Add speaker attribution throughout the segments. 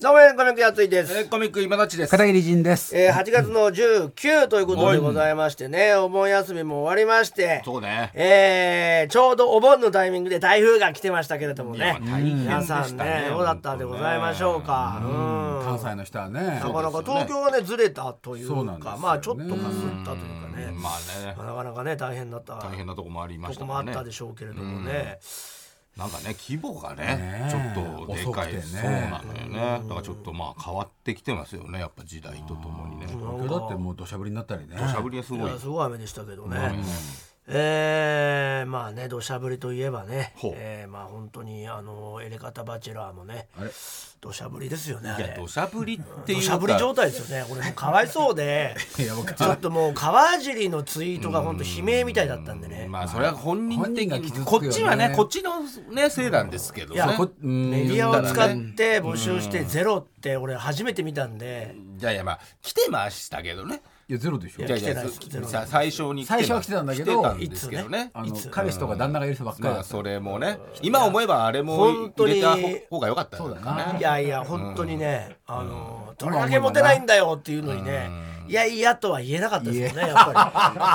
Speaker 1: どうも、コミックやついです。
Speaker 2: えーコミック今立ちです。
Speaker 3: 片桐仁です。
Speaker 1: えー、8月の19ということでございましてね、お盆休みも終わりまして、
Speaker 2: そうね。
Speaker 1: えー、ちょうどお盆のタイミングで台風が来てましたけれども
Speaker 2: いや
Speaker 1: ね、
Speaker 2: 大変で
Speaker 1: 皆
Speaker 2: したね
Speaker 1: さんね、どうだったんでございましょうか。うん
Speaker 3: 関西の人はね。
Speaker 1: なかなか
Speaker 2: そうですよね
Speaker 1: 東京はね、ずれたという
Speaker 3: そうなんです
Speaker 1: か、
Speaker 3: よね
Speaker 1: まあちょっとかすったというかね、
Speaker 2: ま
Speaker 1: ま
Speaker 2: あ
Speaker 1: あ
Speaker 2: ね、
Speaker 1: なかなかね、大変だった。
Speaker 2: 大変なとこもありま
Speaker 1: と
Speaker 2: した
Speaker 1: こ
Speaker 2: も
Speaker 1: もあ
Speaker 2: ん
Speaker 1: っ
Speaker 2: ね。
Speaker 1: たでしょうけれどもね、
Speaker 2: なんかね、規模が
Speaker 3: ね
Speaker 2: ね、
Speaker 3: え
Speaker 2: ちょっとで
Speaker 3: 遅く
Speaker 2: かい。
Speaker 3: てね
Speaker 2: そうなのよね。だからちょっとまあ変わってきてますよね。やっぱ時代とともにね。
Speaker 3: 東京だってもう土砂降りになったりね。
Speaker 2: しゃぶりがす
Speaker 1: い
Speaker 2: ごい
Speaker 1: や。すごい雨でしたけどね、えーまあね土砂降りといえばね
Speaker 2: ほう、
Speaker 1: えーまあ本当にあのエレカタバチェラーもね
Speaker 3: あれ
Speaker 1: 土砂降りですよねあ
Speaker 2: い
Speaker 1: れ
Speaker 2: や、土砂降りっていう
Speaker 1: 土
Speaker 2: か。
Speaker 1: 砂降り状態ですよね俺もうかわいそうで
Speaker 3: いや僕
Speaker 1: ちょっともう川尻のツイートが本当悲鳴みたいだったんでね
Speaker 2: まあそれは本人的
Speaker 3: 本人が傷
Speaker 2: に
Speaker 3: つく
Speaker 2: こ
Speaker 3: よね
Speaker 2: っちはねこっちのねせいなんですけど
Speaker 1: い
Speaker 2: ね
Speaker 1: や
Speaker 3: こうん
Speaker 1: メディアを使っ
Speaker 2: 言
Speaker 1: て募集してゼロって俺初めて見たんで
Speaker 2: いやいやまあ来てましたけどね
Speaker 3: いやゼロでしょ
Speaker 2: い。やい
Speaker 1: 来て
Speaker 2: や
Speaker 1: ないです来てない
Speaker 2: さ最初に
Speaker 3: 最初は来てたんだけど
Speaker 2: 来てたんですけどね
Speaker 3: あ
Speaker 1: い
Speaker 3: の
Speaker 1: つ
Speaker 3: 彼氏とか旦那がいる人ばっかり
Speaker 2: ま
Speaker 3: だ
Speaker 2: あ
Speaker 3: った。
Speaker 2: それもね今思えばあれも
Speaker 1: 本当
Speaker 2: 入
Speaker 1: に
Speaker 2: れた方が良かったよね
Speaker 3: そうだない
Speaker 1: やいや本当にね、あのどれだけモテないんだよっていうのにね、いやいやとは言えなかったですよねやっぱ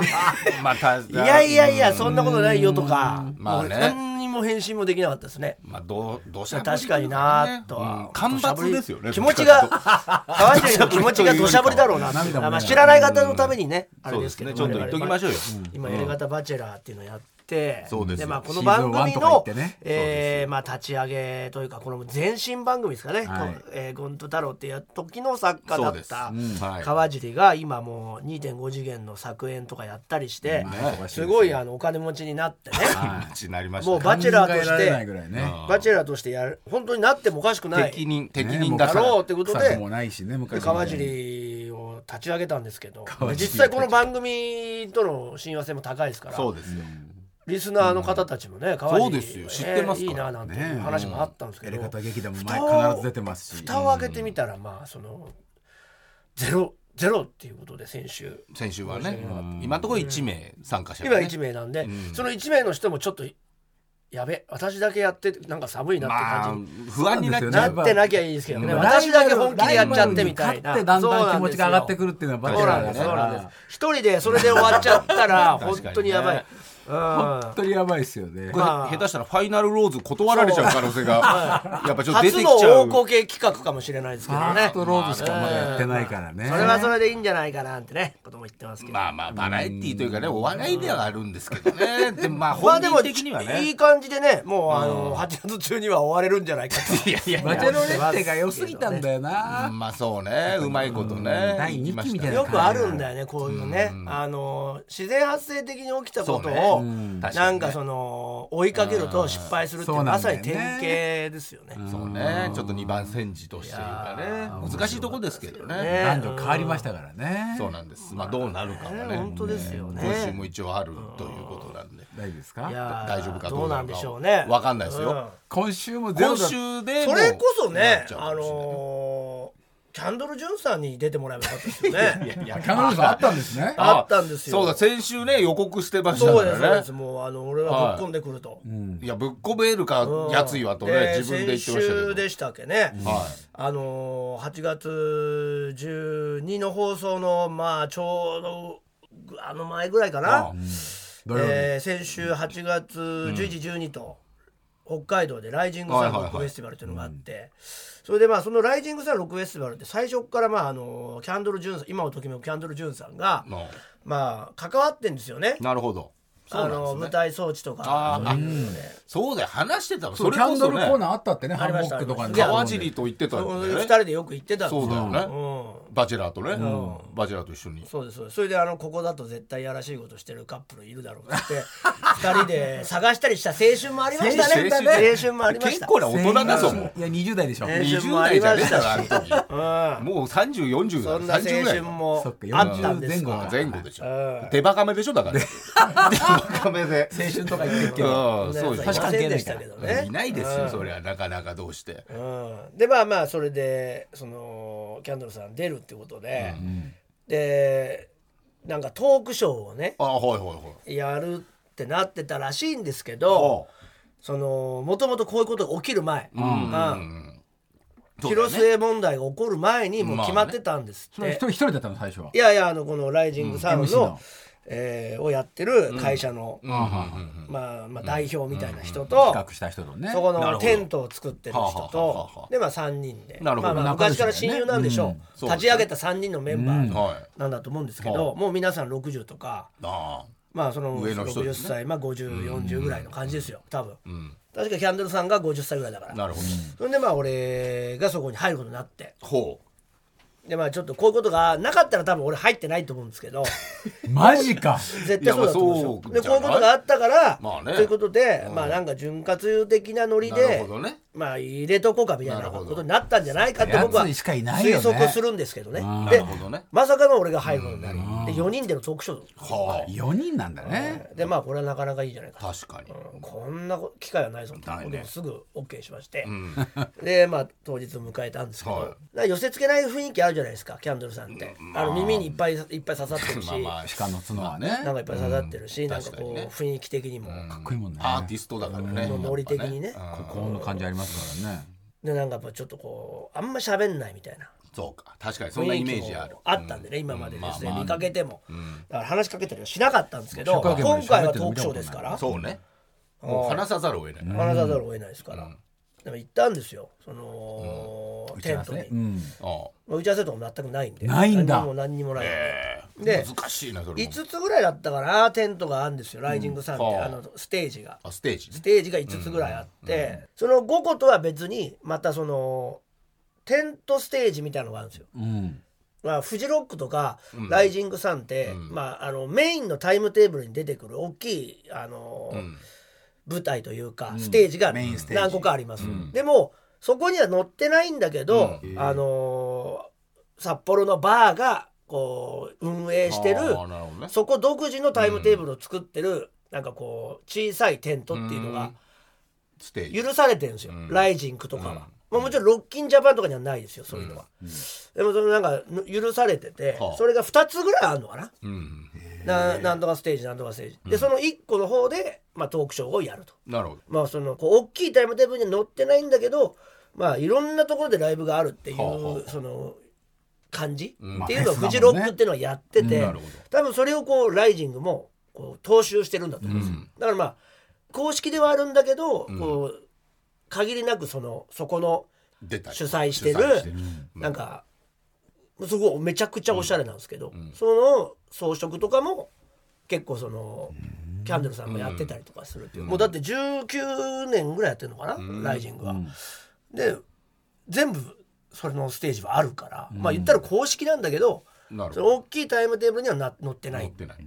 Speaker 2: まあた
Speaker 1: りいやいやいやそんなことないよとか、
Speaker 2: まあね
Speaker 1: もう何にも返信もできなかったですね
Speaker 2: まあどうどうし
Speaker 1: 確かになとは、
Speaker 2: 干ばつですよね
Speaker 1: 気持ちが川尻の気持ちが土砂降りだろうなって
Speaker 3: 涙もね
Speaker 1: まあ、知らない方のためにね、あれ
Speaker 2: そう
Speaker 1: で
Speaker 2: ですす
Speaker 1: けど
Speaker 2: ねちょっと言っときましょうよ
Speaker 1: 今「エレガタバチェラー」っていうのやって
Speaker 2: そうですよ
Speaker 1: まあ、この番
Speaker 3: シー
Speaker 1: 組
Speaker 3: ズンワンと
Speaker 1: の
Speaker 3: か、言ってね
Speaker 1: えーまあ、立ち上げというかこの前身番組ですかね「
Speaker 3: はい
Speaker 1: とえーゴント太郎」っていう時の作家だ
Speaker 2: そう
Speaker 1: っ
Speaker 2: です
Speaker 1: た
Speaker 2: うんはい
Speaker 1: 川尻が今もう2.5次元の作演とかやったりして、
Speaker 3: ね
Speaker 1: すごいあのお金持ちになってね
Speaker 2: ちになりまし
Speaker 1: もう
Speaker 2: た
Speaker 1: バチェラーと
Speaker 3: 考えられないぐ
Speaker 1: して
Speaker 3: らいね。
Speaker 1: バチェラーとしてやる本当になってもおかしくない
Speaker 2: 適任適任だ
Speaker 1: だ
Speaker 2: から
Speaker 1: ろうってこと
Speaker 3: 臭
Speaker 1: で
Speaker 3: くもないしね昔
Speaker 1: で
Speaker 3: みたいに
Speaker 1: 川。尻を立ち上げたんですけど
Speaker 3: 川尻
Speaker 1: 実際この番組との親和性も高いですから
Speaker 2: そうですよ
Speaker 1: リスナーの方たちもね、川尻
Speaker 2: そうですよ知ってます
Speaker 1: えー
Speaker 2: か
Speaker 1: いいななんていう話もあったんですけ
Speaker 3: や
Speaker 1: ど、
Speaker 3: り方劇団も
Speaker 1: 蓋を
Speaker 3: 前必ず出てますし。
Speaker 1: 蓋を開けてみたらまあそのゼロゼロっていうことで先週
Speaker 2: 先週はね今のところ一名参加者
Speaker 1: 今
Speaker 2: がね
Speaker 1: 1名なんで、その1名の人もちょっとやべ私だけやってなんか寒いなって
Speaker 2: まあ
Speaker 1: 感じ、
Speaker 2: 不安になっちゃう
Speaker 3: まあ
Speaker 1: なってなきゃいいですけどね
Speaker 3: うん
Speaker 1: 私だけ本気でやっちゃってみたいな
Speaker 3: ライバルに勝ってだんだん
Speaker 1: そうな
Speaker 3: 気持
Speaker 1: です
Speaker 3: ち
Speaker 1: よ
Speaker 3: が上がってくるっていうのはバチ
Speaker 1: そう
Speaker 3: ェ
Speaker 1: な
Speaker 3: ラ
Speaker 1: ん
Speaker 3: ー
Speaker 1: で
Speaker 3: だ
Speaker 1: す
Speaker 3: か
Speaker 1: そ
Speaker 3: ら
Speaker 1: うなんです一人でそれで終わっちゃったら
Speaker 2: 確か
Speaker 1: 本
Speaker 2: にね
Speaker 1: 当にやばい、うん
Speaker 3: 本当にやばいですよね
Speaker 2: こ。れ
Speaker 1: まあ
Speaker 2: 下手したらファイナルローズ断られちゃう可能性がやっぱちょっと出て
Speaker 1: 初
Speaker 2: き
Speaker 1: の
Speaker 2: ちゃう
Speaker 1: 王光系企画かもしれないですけ
Speaker 3: フ
Speaker 1: ど
Speaker 3: ァー
Speaker 1: ね
Speaker 3: ストローズしかまだやってないからね。
Speaker 1: それはそれでいいんじゃないかなってねことも言ってますけど、
Speaker 2: まあまあバラエティーというかねお笑いではあるんですけどねでもまあ
Speaker 1: まあ
Speaker 2: 本
Speaker 1: でも
Speaker 2: 人的にはね
Speaker 1: いい感じでねもうあの8月中には終われるんじゃないかと
Speaker 2: いやいやい
Speaker 3: バ
Speaker 2: や
Speaker 3: チェロレッテが良すぎたんだよな。
Speaker 2: まあそうねうまいことね
Speaker 3: 第二期みたいな
Speaker 1: よくあるんだよねこういうね、あの自然発生的に起きたこと
Speaker 2: そう
Speaker 1: を、
Speaker 2: ねうん確かに
Speaker 1: な
Speaker 2: ね
Speaker 1: んかその追いかけると失敗するっていう
Speaker 3: そう
Speaker 1: ま
Speaker 3: なん
Speaker 1: さ
Speaker 3: だよ
Speaker 1: に
Speaker 3: ね
Speaker 1: 典型ですよね。
Speaker 2: そうねちょっと二番煎じとしていうかね難しいとこですけどね
Speaker 1: ね
Speaker 3: 男女変わりましたからね。
Speaker 2: そうなんですまあどうなるかは
Speaker 1: ね
Speaker 2: ね
Speaker 1: 本当ですよね
Speaker 2: 今週も一応あるということなんで
Speaker 3: 大丈夫ですか
Speaker 1: いやー
Speaker 2: 大丈夫か
Speaker 1: ど
Speaker 2: ど
Speaker 1: う
Speaker 2: う
Speaker 1: な
Speaker 2: なんの
Speaker 1: で
Speaker 2: か
Speaker 1: しょうね。
Speaker 2: わかんないですよ
Speaker 1: うん
Speaker 3: 今週もゼロ
Speaker 2: 今
Speaker 3: だ
Speaker 2: 週で
Speaker 1: そ
Speaker 2: も
Speaker 1: れこそう
Speaker 2: な
Speaker 1: ね
Speaker 2: っちゃう
Speaker 1: あ
Speaker 2: かもしれない
Speaker 1: のーキャンドル・ジュンさんに出てもらえばよかったですよね。
Speaker 2: いや
Speaker 3: 彼女さんあったんですね。
Speaker 1: あったんですよ
Speaker 2: そうだ先週ね予告してました
Speaker 1: そうです、そう
Speaker 2: から
Speaker 1: で
Speaker 2: ね
Speaker 1: す。もう、あの、俺はぶっ込んでくると。
Speaker 2: いやぶっこべるか
Speaker 1: うん
Speaker 2: やついわとね自分で言ってました
Speaker 1: 先週
Speaker 2: けど
Speaker 1: でしたっけね。
Speaker 2: はい
Speaker 1: あのー、8月12の放送の、まあ、ちょうど、あの前ぐらいかな。
Speaker 3: 土曜日
Speaker 1: えー先週8月11、12と、北海道でライジングサンロックフェスティバルというのがあって、それでまあそのライジングサンロックフェスティバルって最初っからまああのキャンドル・ジュンさん今をときめくキャンドル・ジュンさんが、
Speaker 2: の
Speaker 1: まあ関わってんですよね
Speaker 2: なるほど。
Speaker 1: あの舞台装置とか
Speaker 2: あ
Speaker 1: そ
Speaker 2: ー
Speaker 1: ういうので
Speaker 2: そうだよ話してたわ
Speaker 3: そう、
Speaker 2: れ
Speaker 3: キャ
Speaker 2: こ
Speaker 3: ンド
Speaker 2: そ
Speaker 3: ル
Speaker 2: ね
Speaker 3: コーナーあったってね、ハ
Speaker 1: り
Speaker 3: ン
Speaker 1: ま
Speaker 3: モ
Speaker 1: した
Speaker 3: ックとかに。
Speaker 2: 川尻と言ってたん
Speaker 1: そう
Speaker 2: だ
Speaker 1: 二
Speaker 2: よね。
Speaker 1: 人でよく行ってたんです
Speaker 2: そうだよね。
Speaker 1: う
Speaker 2: バチェラーとね、バチェラーと一緒に
Speaker 1: ん。そうですそうですそれであのここだと絶対やらしいことしてるカップルいるだろうっつって二人で探したりした青春もありましたね
Speaker 2: 青春だね
Speaker 1: 青春もありました
Speaker 2: 結構な大人だぞもう
Speaker 3: いや、20代でしょ。
Speaker 1: ね青春
Speaker 2: 20
Speaker 1: もあり
Speaker 2: 代じ
Speaker 1: ま
Speaker 2: ゃね
Speaker 1: し
Speaker 2: え
Speaker 1: た
Speaker 2: だ
Speaker 1: し
Speaker 2: ろあの時
Speaker 1: うん
Speaker 2: もう3040
Speaker 1: そ
Speaker 2: だ
Speaker 1: んな青
Speaker 2: 30ぐらい
Speaker 1: 春
Speaker 2: だよ
Speaker 1: も
Speaker 3: そっか
Speaker 1: あったんで
Speaker 3: 40前
Speaker 1: す
Speaker 3: 後
Speaker 1: か
Speaker 3: か
Speaker 2: 前後でしょ
Speaker 1: うん
Speaker 2: 手バカめでしょ だから手バカめで
Speaker 3: 青春とか言って るけど。
Speaker 2: うんそうです
Speaker 1: 確
Speaker 3: 確
Speaker 1: か
Speaker 3: か
Speaker 1: に
Speaker 3: に
Speaker 1: でしたけどね
Speaker 2: いないですよそりゃなかなかどうして
Speaker 1: うん、でまあまあそれでそのキャンドルさん出るってことで、でなんかトークショーをね
Speaker 2: あはいはいはい
Speaker 1: やるってなってたらしいんですけどそのもともとこういうことが起きる前、うん
Speaker 2: そうだよ
Speaker 1: 広
Speaker 2: ね
Speaker 1: 末問題が起こる前にもう決まってたんですっ
Speaker 3: そ
Speaker 1: て、
Speaker 3: れ一人一人だったの最初はい
Speaker 1: やいやあのこの「ライジングサウン
Speaker 3: MC
Speaker 1: ド、
Speaker 3: の
Speaker 1: えーをやってる会社の、
Speaker 2: うんうん
Speaker 1: まあ、まあ代表みたいな人と、
Speaker 3: 企画した人のね
Speaker 1: そこ
Speaker 2: なる
Speaker 1: の
Speaker 2: ほど
Speaker 1: テントを作ってる人
Speaker 2: はあはあはあは
Speaker 1: と
Speaker 2: あ
Speaker 1: でまあ3人で
Speaker 2: なるほど
Speaker 1: まあまあ
Speaker 3: 仲良
Speaker 1: 昔
Speaker 3: し
Speaker 1: か
Speaker 3: だよね
Speaker 1: ら親友なんでしょ
Speaker 3: うん
Speaker 1: う
Speaker 2: そうですね
Speaker 1: 立ち上げた3人のメンバ
Speaker 2: うん
Speaker 1: ー
Speaker 2: はい
Speaker 1: なんだと思うんですけ
Speaker 2: は
Speaker 1: どもう皆さん60とか
Speaker 2: あ
Speaker 1: まあその
Speaker 2: 上の人
Speaker 1: 60
Speaker 2: ですね
Speaker 1: 歳まあ5040ぐらいの感じですよ多分
Speaker 2: あうん
Speaker 1: 確かキャンドルさんが50歳ぐらいだから
Speaker 2: なるほど
Speaker 1: それでまあ俺がそこに入ることになって
Speaker 2: ほ
Speaker 1: でまあちょっとこういうことがなかったら多分俺入ってないと思うんですけど
Speaker 3: マジか
Speaker 1: 絶対そうだと思うんですよで
Speaker 2: い
Speaker 1: こうい
Speaker 2: や
Speaker 1: う
Speaker 2: まあそ
Speaker 1: こと
Speaker 2: うじゃない
Speaker 1: があったから
Speaker 2: まあね
Speaker 1: ということでまあなんか潤滑油的なノ
Speaker 2: う
Speaker 1: リ
Speaker 2: なる
Speaker 1: で
Speaker 2: ほどね
Speaker 1: まあ入れとこうかみたい
Speaker 2: な
Speaker 1: な
Speaker 2: るほど
Speaker 1: ことになったんじゃないかって僕は
Speaker 3: やつにしかいないよ
Speaker 1: 推
Speaker 3: ね
Speaker 1: 測するんですけどね
Speaker 3: うん
Speaker 2: な
Speaker 1: で
Speaker 2: るほどね
Speaker 1: まさかの俺が入ることになりで4人でのトークショー
Speaker 2: は
Speaker 3: 4人なんだね
Speaker 1: でまあこれはなかなかいいじゃないか
Speaker 2: あ確かに
Speaker 1: うんこんなこ機会はないぞって
Speaker 2: ないね
Speaker 1: 僕すぐ OK しまして
Speaker 2: ん
Speaker 1: でまあ当日迎えたんですけど
Speaker 2: はい
Speaker 1: なんか寄せ付けない雰囲気あるじゃないですかキャンドルさんってあの耳にいっぱいいっぱい刺さってるし
Speaker 2: まあまあしか
Speaker 3: 鹿の角はね
Speaker 1: なんかいっぱい刺さってるし
Speaker 2: うん
Speaker 1: なんか
Speaker 2: 確かに
Speaker 1: こ
Speaker 2: ね
Speaker 1: う雰囲気的にも
Speaker 2: か
Speaker 3: っこいいもんね
Speaker 2: アーティストだからね
Speaker 1: うんノリ的にね
Speaker 2: やっぱ
Speaker 3: こ
Speaker 2: うん
Speaker 3: この感じありますからね
Speaker 1: でなんかやっぱちょっとこうあんま喋んないみたいな
Speaker 2: そうか確かにそんなイメージある
Speaker 1: あったんでね、今までですね、
Speaker 2: まあまあ
Speaker 1: 見かけても、
Speaker 2: ん
Speaker 1: だから話しかけたりはしなかったんですけど
Speaker 3: 記者会見ま
Speaker 1: 今
Speaker 3: で
Speaker 1: 回
Speaker 3: 喋
Speaker 1: は
Speaker 3: ってる
Speaker 1: ト
Speaker 3: の
Speaker 1: ー
Speaker 3: 見
Speaker 1: ク
Speaker 3: たこと
Speaker 1: ショー
Speaker 3: ない
Speaker 1: ですから
Speaker 2: そうねもう話さざるを得ない
Speaker 1: 話さざるを得ないですから、でも行ったんですよその、
Speaker 3: 打ち
Speaker 1: テ
Speaker 3: 合
Speaker 1: ン
Speaker 3: わ
Speaker 1: ト
Speaker 3: せ
Speaker 1: に、
Speaker 3: うん
Speaker 2: あ
Speaker 1: まあ打ち合わせとかも全くないんで
Speaker 3: ないんだ
Speaker 1: 何にも何にもないんで、
Speaker 2: ええ
Speaker 1: で
Speaker 2: 難しいなそれも
Speaker 1: 5つぐらいだったかなテントがあるんですよライジングサンって、
Speaker 2: うんはあ
Speaker 1: あのステージが
Speaker 2: あステージね
Speaker 1: ステージが5つぐらいあって、その5個とは別にまたそのテントステージみたいなのがあるんですよ
Speaker 3: うん
Speaker 1: まあ、フジロックとかライジングサンって、まあ、あのメインのタイムテーブルに出てくる大きいあの、
Speaker 2: ん
Speaker 1: 舞台というかステージが
Speaker 3: メインステージ
Speaker 1: 何個かあります、でもそこには載ってないんだけど、
Speaker 2: うん
Speaker 1: あの札幌のバーがこう運営してる
Speaker 2: あーなるほどね
Speaker 1: そこ独自のタイムテーブルを作ってる、なんかこう小さいテントっていうの
Speaker 2: う
Speaker 1: が
Speaker 2: んステージ
Speaker 1: 許されてるんですよ、
Speaker 2: うん
Speaker 1: ライジングとかは、まあ、もちろんロッキンジャパンとかにはないですよそういうのは、でもそのなんかぬ許されてて、
Speaker 2: はあ
Speaker 1: それが2つぐらいあるのかな
Speaker 2: うん
Speaker 1: ななんとかステージなんとかステージ、でその1個の方で、まあ、トークショーをやると
Speaker 2: なるほど
Speaker 1: まあそのこう大きいタイムテーブルには載ってないんだけどまあいろんなところでライブがあるっていう、
Speaker 2: はあはあ
Speaker 1: その感じ、
Speaker 2: ん
Speaker 1: っていうの
Speaker 3: ま
Speaker 1: は
Speaker 3: あ
Speaker 1: フ
Speaker 3: フェ
Speaker 1: ジ
Speaker 3: スだも
Speaker 1: ロ
Speaker 3: んね
Speaker 1: ックっていうのはやってて、
Speaker 2: なるほど
Speaker 1: 多分それをこうライジングもこう踏襲してるんだと思うんですよ、
Speaker 2: うん
Speaker 1: だからまあ公式ではあるんだけど、こう限りなくそのそこの
Speaker 2: 出たり
Speaker 1: 主催してる
Speaker 2: 主催してる
Speaker 1: なんか、すごいめちゃくちゃおしゃれなんですけど、その装飾とかも結構その、キャンドルさんもやってたりとかするっていう、もうだって19年ぐらいやってるのかな、ライジングは。で全部それのステージはあるから、まあ言ったら公式なんだけど
Speaker 2: なる
Speaker 1: そ
Speaker 2: ほ
Speaker 1: の
Speaker 2: ど
Speaker 1: 大きいタイムテーブルにはな載ってな
Speaker 2: 乗
Speaker 1: い
Speaker 2: ってない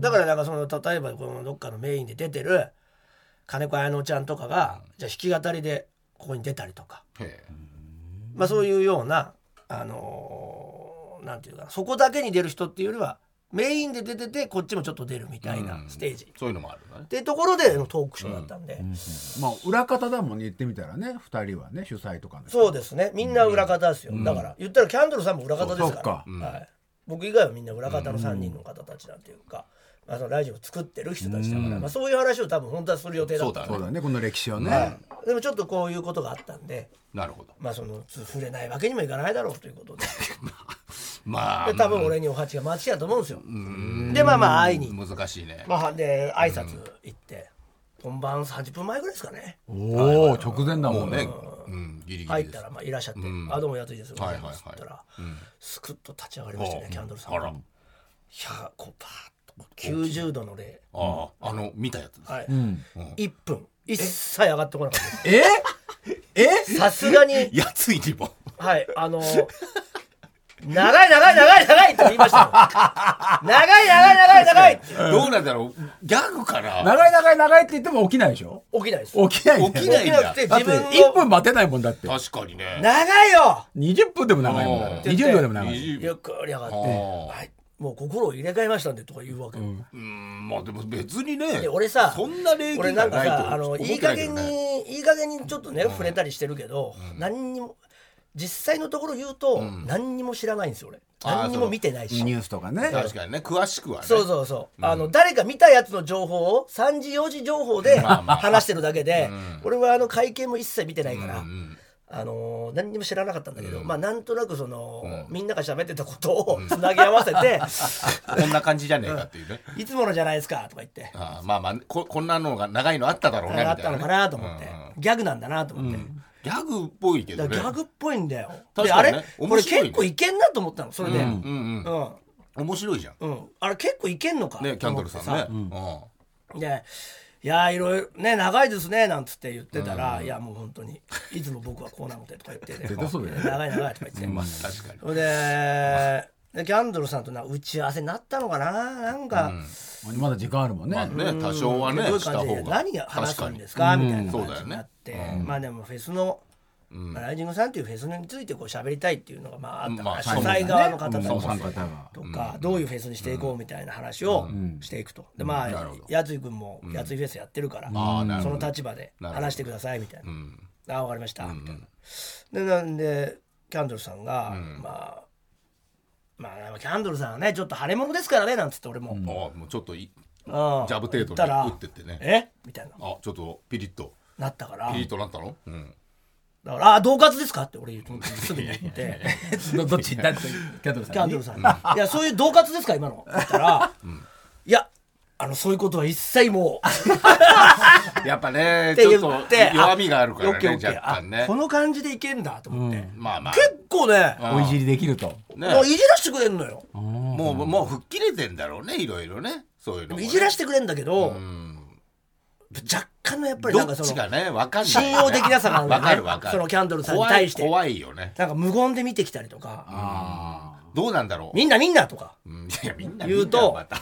Speaker 1: だからなんかその例えばこのどっかのメインで出てる金子綾乃ちゃんとかが、じゃあ弾き語りでここに出たりとか。
Speaker 2: へえ
Speaker 1: まあ、そういうような、あのーなんていうかなそこだけに出る人っていうよりはメインで出ててこっちもちょっと出るみたいなステージ、っ
Speaker 2: そういうのもあるんだね
Speaker 1: ていうところでのトークショーだったんで、
Speaker 3: まあ裏方だもんね言ってみたらね2人はね主催とかの人
Speaker 1: そうですねみんな裏方ですよ、だから言ったらキャンドルさんも裏方で
Speaker 3: そ
Speaker 1: す
Speaker 3: う
Speaker 1: から
Speaker 3: か
Speaker 1: はい、僕以外はみんな裏方の3人の方たちなんていうか、まあ、そのラジオを作ってる人たちだから、まあ、そういう話を多分本当はする予定だった
Speaker 2: そうだね
Speaker 3: そうだねこの歴史をね
Speaker 1: はいでもちょっとこういうことがあったんで、
Speaker 2: なるほど
Speaker 1: まあ、その触れないわけにもいかないだろうということで。
Speaker 2: まあ
Speaker 1: で多分俺にお鉢が待ちやと思うんですよ。でまあまあ会いに、
Speaker 2: 難しいね
Speaker 1: まあ、で挨拶行って、本番30分前ぐらいですかね
Speaker 3: おお直前だも
Speaker 2: も
Speaker 3: ん
Speaker 2: うね
Speaker 3: ね
Speaker 2: うんギリギ
Speaker 1: 入
Speaker 2: リ
Speaker 1: っ
Speaker 2: で
Speaker 1: た
Speaker 2: す
Speaker 1: らまあいらっしゃって「あどうもやついです」って
Speaker 2: はいはい
Speaker 1: 言
Speaker 2: はい
Speaker 1: ったらスクッと立ち上がりましたね
Speaker 2: あ
Speaker 1: キャンドルさん
Speaker 2: あ
Speaker 1: が。
Speaker 2: ら
Speaker 1: いやこうパーッとこう90度の例
Speaker 2: あああの見たやつです
Speaker 1: はい
Speaker 3: ん
Speaker 1: 1分一切上がってこなかった
Speaker 3: え え
Speaker 1: ですさすがに
Speaker 2: やついにも
Speaker 1: はい、あのー長い長い長い長いって言いましたよ長い長い長い長いって
Speaker 2: どうなんだろうギャグかな
Speaker 3: 長い長い長いって言っても起きないでしょ
Speaker 1: 起きないです
Speaker 3: 起きないんだよ
Speaker 2: 起きない
Speaker 1: 起きなくて
Speaker 3: だっ
Speaker 1: 自
Speaker 3: て
Speaker 1: 分の
Speaker 3: 1分待てないもんだって
Speaker 2: 確かにね
Speaker 1: 長いよ
Speaker 3: 20分でも長いもんだ
Speaker 2: うん
Speaker 3: って20秒でも長い
Speaker 2: 20
Speaker 1: ゆっくり上がって、
Speaker 2: あー
Speaker 1: はい、もう心を入れ替えましたんでとか言うわけ、
Speaker 2: うんまあでも別にね
Speaker 1: で俺さ
Speaker 2: そんな礼儀
Speaker 1: 俺
Speaker 2: じ
Speaker 1: な
Speaker 2: ゃ
Speaker 1: んか
Speaker 2: ない
Speaker 1: さ
Speaker 2: と
Speaker 1: あの
Speaker 2: 思って
Speaker 1: いい
Speaker 2: な
Speaker 1: 加
Speaker 2: いけ
Speaker 1: 減
Speaker 2: どね
Speaker 1: にいい加減にちょっとね、触れたりしてるけど、何にも実際のところ言うと、何にも知らないんですよ俺
Speaker 2: あー
Speaker 1: 何にも見てないし
Speaker 3: ニュースとかね
Speaker 2: 確かにね詳しくはね
Speaker 1: そうそうそう、あの誰か見たやつの情報を3時4時情報で
Speaker 2: まあまあ
Speaker 1: 話してるだけで、俺はあの会見も一切見てないから、
Speaker 2: うん
Speaker 1: あのー何にも知らなかったんだけど、まあなんとなくその、みんなが喋ってたことをつなぎ合わせ て、
Speaker 2: こんな感じじゃねえかっていうね。
Speaker 1: いつものじゃないですかとか言って、
Speaker 2: あーまあまあここんなのが長いのあっただろうねみ
Speaker 1: あ
Speaker 2: たいな
Speaker 1: ったの
Speaker 2: ね、
Speaker 1: かなと思って、
Speaker 2: うん
Speaker 1: ギャグなんだなと思って。
Speaker 2: ギャグっぽいけど
Speaker 1: だか
Speaker 2: ね。
Speaker 1: らギャグっぽいんだよ。
Speaker 2: 確
Speaker 1: で
Speaker 2: か
Speaker 1: あ
Speaker 2: に
Speaker 1: れ、
Speaker 2: ね
Speaker 1: こ
Speaker 2: 面
Speaker 1: れ
Speaker 2: 白いね
Speaker 1: 結構いけんなと思ったのそれで。うん、
Speaker 2: うん
Speaker 1: うん
Speaker 2: うん。面白いじゃん。
Speaker 1: うんあれ結構いけんのか
Speaker 2: ねキャンドルさんね。
Speaker 1: と
Speaker 2: う
Speaker 1: 思っ
Speaker 2: ん。
Speaker 1: てさで「いやーいろいろね長いですね」なんつって言ってたら「いやもう本当にいつも僕はこうなので」とか言って、ね「
Speaker 3: 絶対そうだよね
Speaker 1: 長い長い」とか言って、
Speaker 2: まあ確かに。
Speaker 1: それででキャンドルさんとな打ち合わせになったのかななんか、
Speaker 3: まだ時間あるもんね。
Speaker 2: まあね多少はね
Speaker 1: どういう
Speaker 2: した
Speaker 1: 感じ
Speaker 2: 方
Speaker 1: で
Speaker 2: が。
Speaker 1: 何が話すんですすかみたいな
Speaker 2: うん
Speaker 1: 感じになって、
Speaker 2: そうだよねうん
Speaker 1: まあでもフェスの、まあライジングさんっていうフェスについてこう喋りたいっていうのがまああったから、
Speaker 2: まあ
Speaker 1: 主催側の方たち
Speaker 3: そ
Speaker 1: も
Speaker 3: うだねうんお三方が
Speaker 1: とか、どういうフェスにしていこうみたいな話をしていくと、でま
Speaker 2: な
Speaker 1: あ
Speaker 2: るほど
Speaker 1: やつい君もやついフェスやってるから、
Speaker 2: あーなる
Speaker 1: そ
Speaker 2: ほど
Speaker 1: の立場で
Speaker 2: なるほど
Speaker 1: 話してくださいみたいな
Speaker 2: うん。
Speaker 1: 「ああ分かりました」みたいな。でなんでキャンドルさんが、まあまあキャンドルさんはねちょっと腫れ物ですからねなんつって俺も、
Speaker 2: ああもうちょっとい
Speaker 1: うん
Speaker 2: ジャブ程度に
Speaker 1: 言たら
Speaker 2: 打ってってね
Speaker 1: えみたいな
Speaker 2: あちょっとピリッと
Speaker 1: なったから
Speaker 2: ピリッとなったの？ うん。
Speaker 1: だから「ああ恫喝ですか?」って俺言うとすぐに言 って
Speaker 4: どどっちだってキャンドルさん
Speaker 1: キャンドルさんに「いやそういう恫喝ですか今の」って言ったら「いやあのそういうことは一切もう」
Speaker 2: やっぱね
Speaker 1: っ
Speaker 2: ち
Speaker 1: て
Speaker 2: ょ
Speaker 1: 言
Speaker 2: っ
Speaker 1: っ
Speaker 2: と
Speaker 1: て
Speaker 2: 弱みがあるから
Speaker 1: オッケーオッ
Speaker 2: ね
Speaker 1: ケー
Speaker 2: 若干ね
Speaker 1: あこ。の感じでいけんだと思って、
Speaker 2: まあまあ。
Speaker 1: 結構ね、
Speaker 4: おいじりできると
Speaker 2: ね
Speaker 1: もういじらしてくれんのよ、
Speaker 2: もうもう吹っ切れてんだろうねいろいろねそういうのもね。
Speaker 1: いじらしてくれんだけど、
Speaker 2: うん。
Speaker 1: 若干のやっぱり
Speaker 2: ど
Speaker 1: なんか
Speaker 2: っ
Speaker 1: そ
Speaker 2: ち
Speaker 1: の、
Speaker 2: がね分かんないよね。
Speaker 1: 信用できなさがあるんだ
Speaker 2: 分
Speaker 1: よね
Speaker 2: かる分かる。
Speaker 1: そのキャンドルさんに対して
Speaker 2: 怖い怖いよね。
Speaker 1: なんか無言で見てきたりとか
Speaker 2: どうなんだろ
Speaker 1: 「
Speaker 2: う。
Speaker 1: みんなみんな」とか
Speaker 2: うんいやみんな
Speaker 1: 言うと
Speaker 2: みんなまた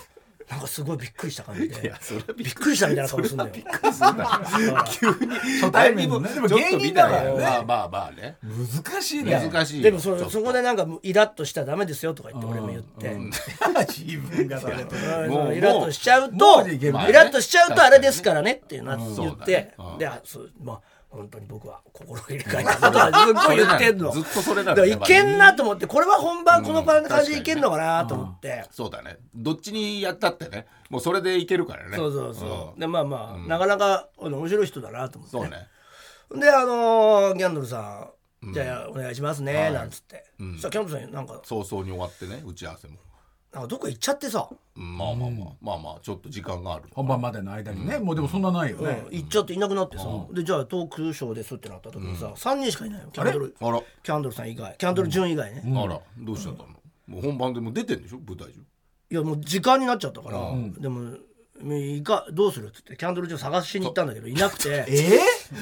Speaker 1: なんかすごいびっくりした感じ
Speaker 2: い
Speaker 1: で
Speaker 2: やそれはび
Speaker 1: びっくりしたみたいな顔するんだよ。だから
Speaker 2: 初
Speaker 4: 対面のね
Speaker 2: ちょっと
Speaker 4: でも芸
Speaker 2: 見
Speaker 4: 人
Speaker 2: た
Speaker 4: だ
Speaker 2: ら
Speaker 4: からね
Speaker 2: まあまあまあね。
Speaker 4: 難しいね
Speaker 2: 難しいよ。
Speaker 1: でも
Speaker 2: ちょっ
Speaker 1: そ
Speaker 2: と
Speaker 1: そこでなんかもうイラッとしたらダメですよとか言って俺も言って、
Speaker 4: 自分がそれと
Speaker 1: うん
Speaker 2: も
Speaker 1: そ
Speaker 2: う
Speaker 1: のイラッとしちゃう
Speaker 4: も
Speaker 1: と
Speaker 4: ういけ
Speaker 1: イ
Speaker 4: る
Speaker 1: ラッとしちゃうとあれですからねっていうのは言っ
Speaker 2: そうだね
Speaker 1: て
Speaker 2: うん
Speaker 1: であそうまあ本当に僕は心を入れ替え たことはすっごい言ってんの
Speaker 2: ずっとそれ
Speaker 1: だか
Speaker 2: なんだ
Speaker 1: ら
Speaker 2: よ
Speaker 1: いけんなと思ってこれは本番この感じでいけんのかなと思って。
Speaker 2: そうだね。どっちにやったってね、もうそれでいけるからね。
Speaker 1: そうそうそう、
Speaker 2: うん
Speaker 1: でまあまあ、なかなかあの面白い人だなと思って
Speaker 2: そうね。
Speaker 1: であのーギャンドルさん、じゃあお願いしますね、
Speaker 2: はい
Speaker 1: なんつって、
Speaker 2: うん
Speaker 1: そしたらキャンドルさんなんか
Speaker 2: 早々に終わってね、打ち合わせも。
Speaker 1: なんかどっか行っちゃってさ、
Speaker 2: うんまあまあまあ、まあまあ、ちょっと時間がある。
Speaker 3: 本番までの間にね、もうでもそんなないよ
Speaker 1: うん
Speaker 3: ね。
Speaker 1: 行っちゃっていなくなってさ、でじゃあトークショーですってなった時にさ、三3人しかいないよキャンドル
Speaker 2: あら、
Speaker 1: キャンドルさん以外キャンドル順以外ね、
Speaker 2: あら、どうしちゃったのもう本番でもう出てんでしょ舞台中。
Speaker 1: いやもう時間になっちゃったから、
Speaker 2: うん
Speaker 1: でもいかどうするっつってキャンドル順探しに行ったんだけどいなくて
Speaker 4: え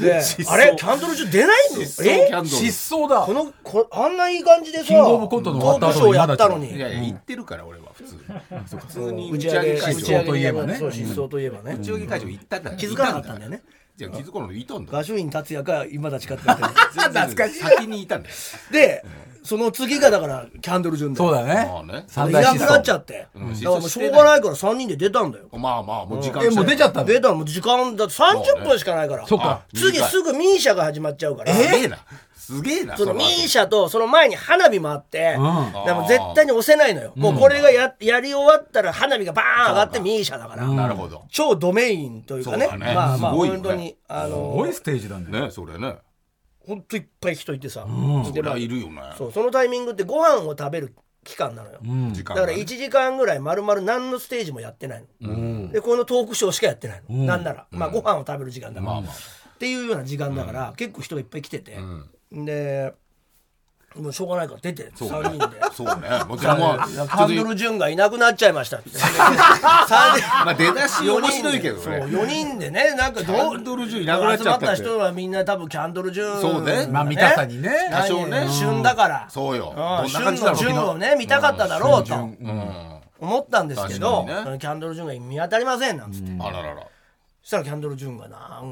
Speaker 1: で
Speaker 2: 失踪
Speaker 1: あれキャンドル順出ないの
Speaker 2: そう
Speaker 1: え
Speaker 2: キャンドル。
Speaker 4: 失踪だ
Speaker 1: このこあんないい感じでさ
Speaker 3: キングオブコントの終わった後に
Speaker 1: トークショーやったのに
Speaker 2: いやいや、言ってるから俺は普通に。普通に
Speaker 1: 打
Speaker 2: 打
Speaker 1: ち
Speaker 2: ち
Speaker 1: 上
Speaker 2: 上
Speaker 1: げ
Speaker 2: げ会
Speaker 3: 打
Speaker 2: 場
Speaker 3: ち上。げといえばね
Speaker 1: そう失踪といえばね
Speaker 2: 打ち上げ会場行ったんだよ
Speaker 1: 気づかなかったんだよね。
Speaker 2: じゃ気づかなのいたんだよ。
Speaker 1: 画集院達也か今立ちかってなってる
Speaker 2: 懐かしい。先にいたんだよ。
Speaker 1: でその次がだからキャンドル順で
Speaker 4: そうだ
Speaker 2: まあ
Speaker 4: ね
Speaker 2: ね。
Speaker 4: 三
Speaker 1: い
Speaker 4: 大
Speaker 1: な
Speaker 4: 失
Speaker 1: く
Speaker 4: 踪
Speaker 1: なっちゃってだ
Speaker 2: うん
Speaker 1: からもうしょうがないから3人で出たんだよ
Speaker 2: まあまあ、もう時間
Speaker 3: え、もう出ちゃったの
Speaker 1: 出たらもう時間だって30分しかないから
Speaker 3: そうか
Speaker 1: 次すぐミーシャが始まっちゃうから
Speaker 2: すげえな。すげえな。
Speaker 1: その
Speaker 2: れ
Speaker 1: ミ
Speaker 2: は
Speaker 1: ーシャとその前に花火もあって、
Speaker 3: うん
Speaker 1: でもう絶対に押せないのよ、もうこれがややり終わったら花火がバーン上がってミーシャだから、
Speaker 2: なるほど。
Speaker 1: 超ドメインというかね
Speaker 2: そうだね
Speaker 1: まあまあ
Speaker 2: すごいよね
Speaker 1: 本当にあ
Speaker 3: す
Speaker 1: の
Speaker 3: ごいステージだね。
Speaker 2: ね、それね。
Speaker 1: 本当いっぱい人いてさ、
Speaker 2: そ
Speaker 1: で
Speaker 2: り
Speaker 1: まあ
Speaker 2: ゃいるよね。
Speaker 1: そうそのタイミングってご飯を食べる期間なのよ、
Speaker 2: 時間
Speaker 1: だ
Speaker 2: が
Speaker 1: か
Speaker 2: ね
Speaker 1: ら1時間ぐらいまるまる何のステージもやってないの、でこのトークショーしかやってないの、なんなら、まあご飯を食べる時間だから、っていうような時間だから、結構人がいっぱい来てて、でもうしょうがないから出て
Speaker 2: そう
Speaker 1: 3
Speaker 2: ね
Speaker 1: 人で。。
Speaker 2: そうね。もうじゃあもう、ちょっ
Speaker 1: ハ
Speaker 2: と
Speaker 1: ンドル・ジュンがいなくなっちゃいま したって三人
Speaker 2: まあ出だし
Speaker 1: 四
Speaker 2: 面
Speaker 1: 人
Speaker 2: 白
Speaker 1: で
Speaker 2: いけど
Speaker 1: そう
Speaker 2: ね。
Speaker 1: 4人でねなんかどう
Speaker 2: キャンドルジュンいなくなっちゃったって
Speaker 1: 集ま人はみんな多分キャンドル・ジュン
Speaker 2: そうね
Speaker 3: まあ、見たさにね。
Speaker 2: 多少ね
Speaker 1: 何旬だから
Speaker 2: そうよ。
Speaker 1: う
Speaker 2: ど
Speaker 1: ん
Speaker 2: んな
Speaker 1: 旬
Speaker 2: 感じだ
Speaker 1: の
Speaker 2: ろう。
Speaker 1: 旬をね見たかっただろうと
Speaker 2: うん。
Speaker 1: 思ったんですけど、
Speaker 2: 確かにね
Speaker 1: キャンドル・ジュンが見当たりませんなんつって、
Speaker 2: あららら。
Speaker 1: そしたらキャンドル・ジュンがな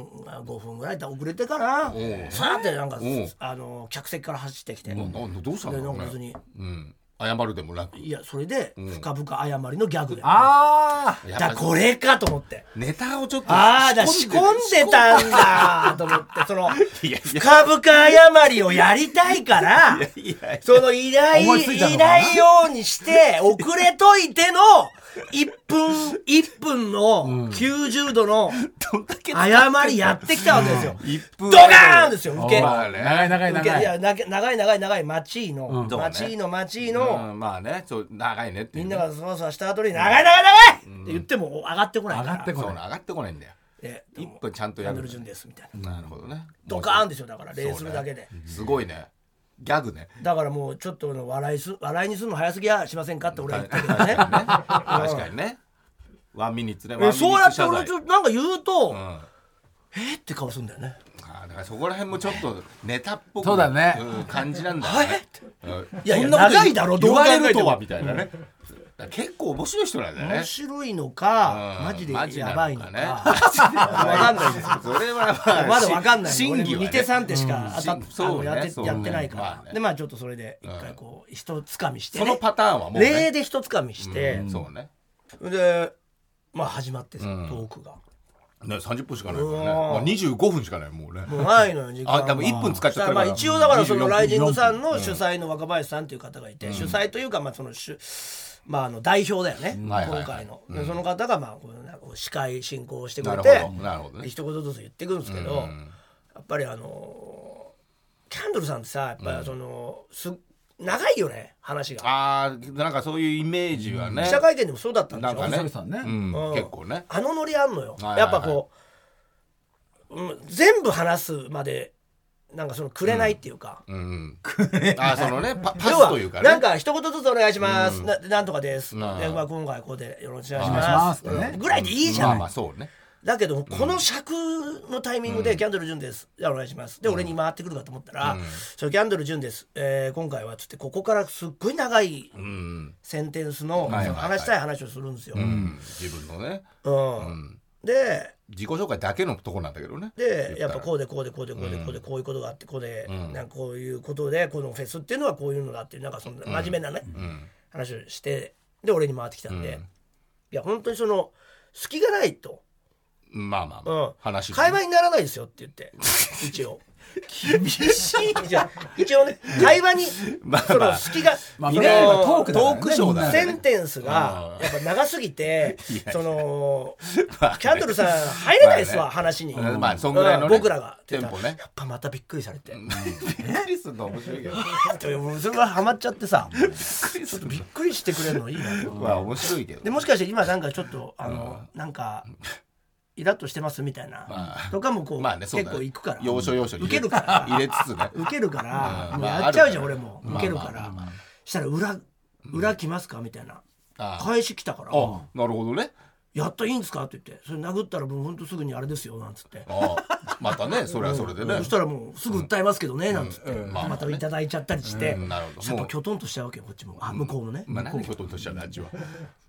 Speaker 1: 5分ぐらいだ遅れてから
Speaker 2: おう
Speaker 1: さーってなんか
Speaker 2: おう
Speaker 1: あの客席から走ってきて、
Speaker 2: ななどうしたんだ
Speaker 1: で
Speaker 2: ろ
Speaker 1: なんか
Speaker 2: う
Speaker 1: 別
Speaker 2: ね
Speaker 1: に。
Speaker 2: うん。謝るでもなく。
Speaker 1: いやそれで深々誤りのギャグで、
Speaker 4: ああ
Speaker 2: やっ
Speaker 1: だ
Speaker 2: ぱ
Speaker 1: これかと思って。
Speaker 2: ネタをちょっと
Speaker 1: ああ、だ、 仕込んでたんだと思って、その、
Speaker 2: やいや
Speaker 1: 深々誤りをやりたいから、その依頼、
Speaker 3: 思いついたの
Speaker 1: 依
Speaker 3: かな
Speaker 1: 頼ようにして、遅れといての、 1分1分の90度の
Speaker 2: どんだけ
Speaker 1: 誤りやってきたわけですよ。
Speaker 2: 一
Speaker 1: ド
Speaker 2: 分
Speaker 1: ガーンですよ受け。
Speaker 2: ま
Speaker 1: 受
Speaker 2: あね
Speaker 3: 長い長い
Speaker 1: け
Speaker 3: 長
Speaker 1: い
Speaker 3: い。
Speaker 1: やなけ長い長い長いマチーノ
Speaker 2: んそうね
Speaker 1: マチーノマチーノ
Speaker 2: うんまあねそう長いねって
Speaker 1: み
Speaker 2: いうんね
Speaker 1: ながそわそわした後に「長い長い長い!」って言っても上がってこないから
Speaker 3: 上がってこ
Speaker 2: そうね上がってこないんだよ
Speaker 1: え
Speaker 2: 一分ちゃんと
Speaker 1: キャ
Speaker 2: や
Speaker 1: ンド
Speaker 2: る
Speaker 1: ル順ですみたいな
Speaker 2: なるほどね
Speaker 1: ドカーンですよだから
Speaker 2: そうね
Speaker 1: 礼するだけで
Speaker 2: すごいねギャグね
Speaker 1: だからもうちょっとの笑いす笑いにするの早すぎやしませんかって俺は言ったけど ね
Speaker 2: 確かにねワンミニッツねワンミ
Speaker 1: え
Speaker 2: ニ
Speaker 1: そうやっ
Speaker 2: ッツ
Speaker 1: て
Speaker 2: 謝罪
Speaker 1: 俺ちょっとなんか言うと
Speaker 2: うん
Speaker 1: えっって顔するんだよね
Speaker 2: あーだからそこら辺もちょっとネタっぽく
Speaker 3: そうだね
Speaker 2: うん感じなんだよね。
Speaker 1: いやいや
Speaker 2: そんなこと
Speaker 1: 長いだろどう考
Speaker 2: 言わ
Speaker 1: えても
Speaker 2: れるとはみたいなね。だから結構面白い人なんだよね
Speaker 1: 面。白いのか
Speaker 2: うん
Speaker 1: マジで
Speaker 2: な
Speaker 1: やばいの
Speaker 2: ね。
Speaker 1: か
Speaker 2: わかんないですよ。それはまあ
Speaker 1: まだわかんない
Speaker 2: し
Speaker 1: の
Speaker 2: 真偽
Speaker 1: 俺も
Speaker 2: はね
Speaker 1: 2手3手しか当たっ
Speaker 2: うん
Speaker 1: あ
Speaker 2: そ
Speaker 1: の
Speaker 2: うね
Speaker 1: やって
Speaker 2: そうね
Speaker 1: やってないか
Speaker 2: ま
Speaker 1: ら
Speaker 2: あね
Speaker 1: でまあちょっとそれで一回こう一つかみして
Speaker 2: その
Speaker 1: ね
Speaker 2: パターンはもうね。
Speaker 1: 礼で一つかみして
Speaker 2: うんそうね。
Speaker 1: でまあ始まってさト
Speaker 2: うん
Speaker 1: ークが
Speaker 2: ね三十分しかないから
Speaker 1: う
Speaker 2: ね。
Speaker 1: わー
Speaker 2: まあ二十五分しかないもうね。
Speaker 1: もうないのよ時間
Speaker 2: あ多分一分使っちゃった
Speaker 1: ま
Speaker 2: から
Speaker 1: あ一応だからその
Speaker 2: 24
Speaker 1: ライジングさんの主催の若林さんという方がいて主催というかまあその主まああの代表だよね
Speaker 2: はいはいはい
Speaker 1: 今回のでその方がまあこうなんかこう司会進行をしてくれ
Speaker 2: なる
Speaker 1: て
Speaker 2: ほどなるほどね。
Speaker 1: 一言ずつ言ってくるんですけどやっぱりあのキャンドルさんってさやっぱりそのす長いよね話が
Speaker 2: ああなんかそういうイメージはね
Speaker 1: 記。者会見でもそうだったんでし
Speaker 2: な
Speaker 1: ょ
Speaker 2: んかね
Speaker 3: 久々
Speaker 2: う
Speaker 3: ね。
Speaker 2: ん
Speaker 1: うん
Speaker 2: 結構ね。
Speaker 1: あのノリあんのよ、
Speaker 2: はいはいはい
Speaker 1: やっぱこう、うん、全部話すまでなんかそのくれないっていうか、
Speaker 2: うん。あーそのねパパ
Speaker 1: 要
Speaker 2: スというか
Speaker 1: は
Speaker 2: ね。
Speaker 1: なんか一言ずつお願いします、ななんとかです、
Speaker 2: うん
Speaker 1: でまあ、今回こうでよろしくお願い
Speaker 3: お
Speaker 1: し
Speaker 3: 願いし
Speaker 1: ま
Speaker 3: ますすってね。
Speaker 1: ぐらいでいいじゃ
Speaker 2: ま
Speaker 1: な
Speaker 2: あ
Speaker 1: い、
Speaker 2: まあそうね。
Speaker 1: だけどこの尺のタイミングで「キャンドル・ジュンです」じゃあお願いします」で俺に回ってくるかと思ったら「それキャンドル・ジュンです、えー今回は」つってここからすっごい長い
Speaker 2: うん。
Speaker 1: センテンスの
Speaker 2: はいはいはい
Speaker 1: 話したい話をするんですよ。
Speaker 2: うん自分のね。
Speaker 1: うんで
Speaker 2: 自己紹介だけのとこなんだけどね。
Speaker 1: でやっぱ
Speaker 2: う。
Speaker 1: こうでこうでこうでこうでこうでこういうことがあってこうでなんかこういうことでこのフェスっていうのはこういうのだっていうなんかそんな真面目なね
Speaker 2: ん
Speaker 1: 話をしてで俺に回ってきたんでいや本当にその隙がないと
Speaker 2: まあまあま
Speaker 1: うん
Speaker 2: あ。話がね。
Speaker 1: 会話にならないですよって言って一応厳しいじゃあ 一応ね会話に
Speaker 2: まあ
Speaker 1: そ
Speaker 2: ま
Speaker 1: の
Speaker 2: あ
Speaker 1: 隙が
Speaker 3: まあ
Speaker 1: そ
Speaker 3: み
Speaker 1: の
Speaker 3: んな今トークだからね
Speaker 2: トークショーだから
Speaker 1: セ
Speaker 2: ね
Speaker 1: ンテンスがやっぱ長すぎてその
Speaker 2: まあね
Speaker 1: キャンドルさん入れないっすわ
Speaker 2: まあね
Speaker 1: 話に
Speaker 2: うんまあそんぐらいのね
Speaker 1: うん僕らが
Speaker 2: テンポね
Speaker 1: やっぱまたびっくりされて
Speaker 2: びっくりするの面白いけど。
Speaker 1: でもそれがハマっちゃってさちょっとびっくりしてくれるのいいな
Speaker 2: まあ面白いけど。
Speaker 1: でもしかして今なんかちょっとあのなんかイラッとしてますみたいな
Speaker 2: あ
Speaker 1: とかもこう
Speaker 2: まあね、そう
Speaker 1: 結
Speaker 2: だね
Speaker 1: 構いくから
Speaker 2: 要所要所に
Speaker 1: 受けるから
Speaker 2: 入れつつね。
Speaker 1: 受けるからも
Speaker 2: うん
Speaker 1: う
Speaker 2: まあ
Speaker 1: やっちゃうじゃん
Speaker 2: あ
Speaker 1: 俺
Speaker 2: るからね
Speaker 1: も受けるか
Speaker 2: まあまあ
Speaker 1: ら
Speaker 2: まあまあ
Speaker 1: したら裏裏来ますかみたいな
Speaker 2: あ
Speaker 1: 返し来たから
Speaker 2: あ、なるほどね。
Speaker 1: やっといいんですかって言ってそれ殴ったらもうほんとすぐにあれですよなんつって
Speaker 2: ああ、またね、それはそれでね
Speaker 1: そし。たらもうすぐ訴えますけどねなんつって
Speaker 2: んまあ
Speaker 1: またいただいちゃったりして
Speaker 2: うんなるほど
Speaker 1: やっぱきょとんとしちゃうわけよこっちもあ向こうもね
Speaker 2: まあ、何ひょとんとしちゃうね、あっちは。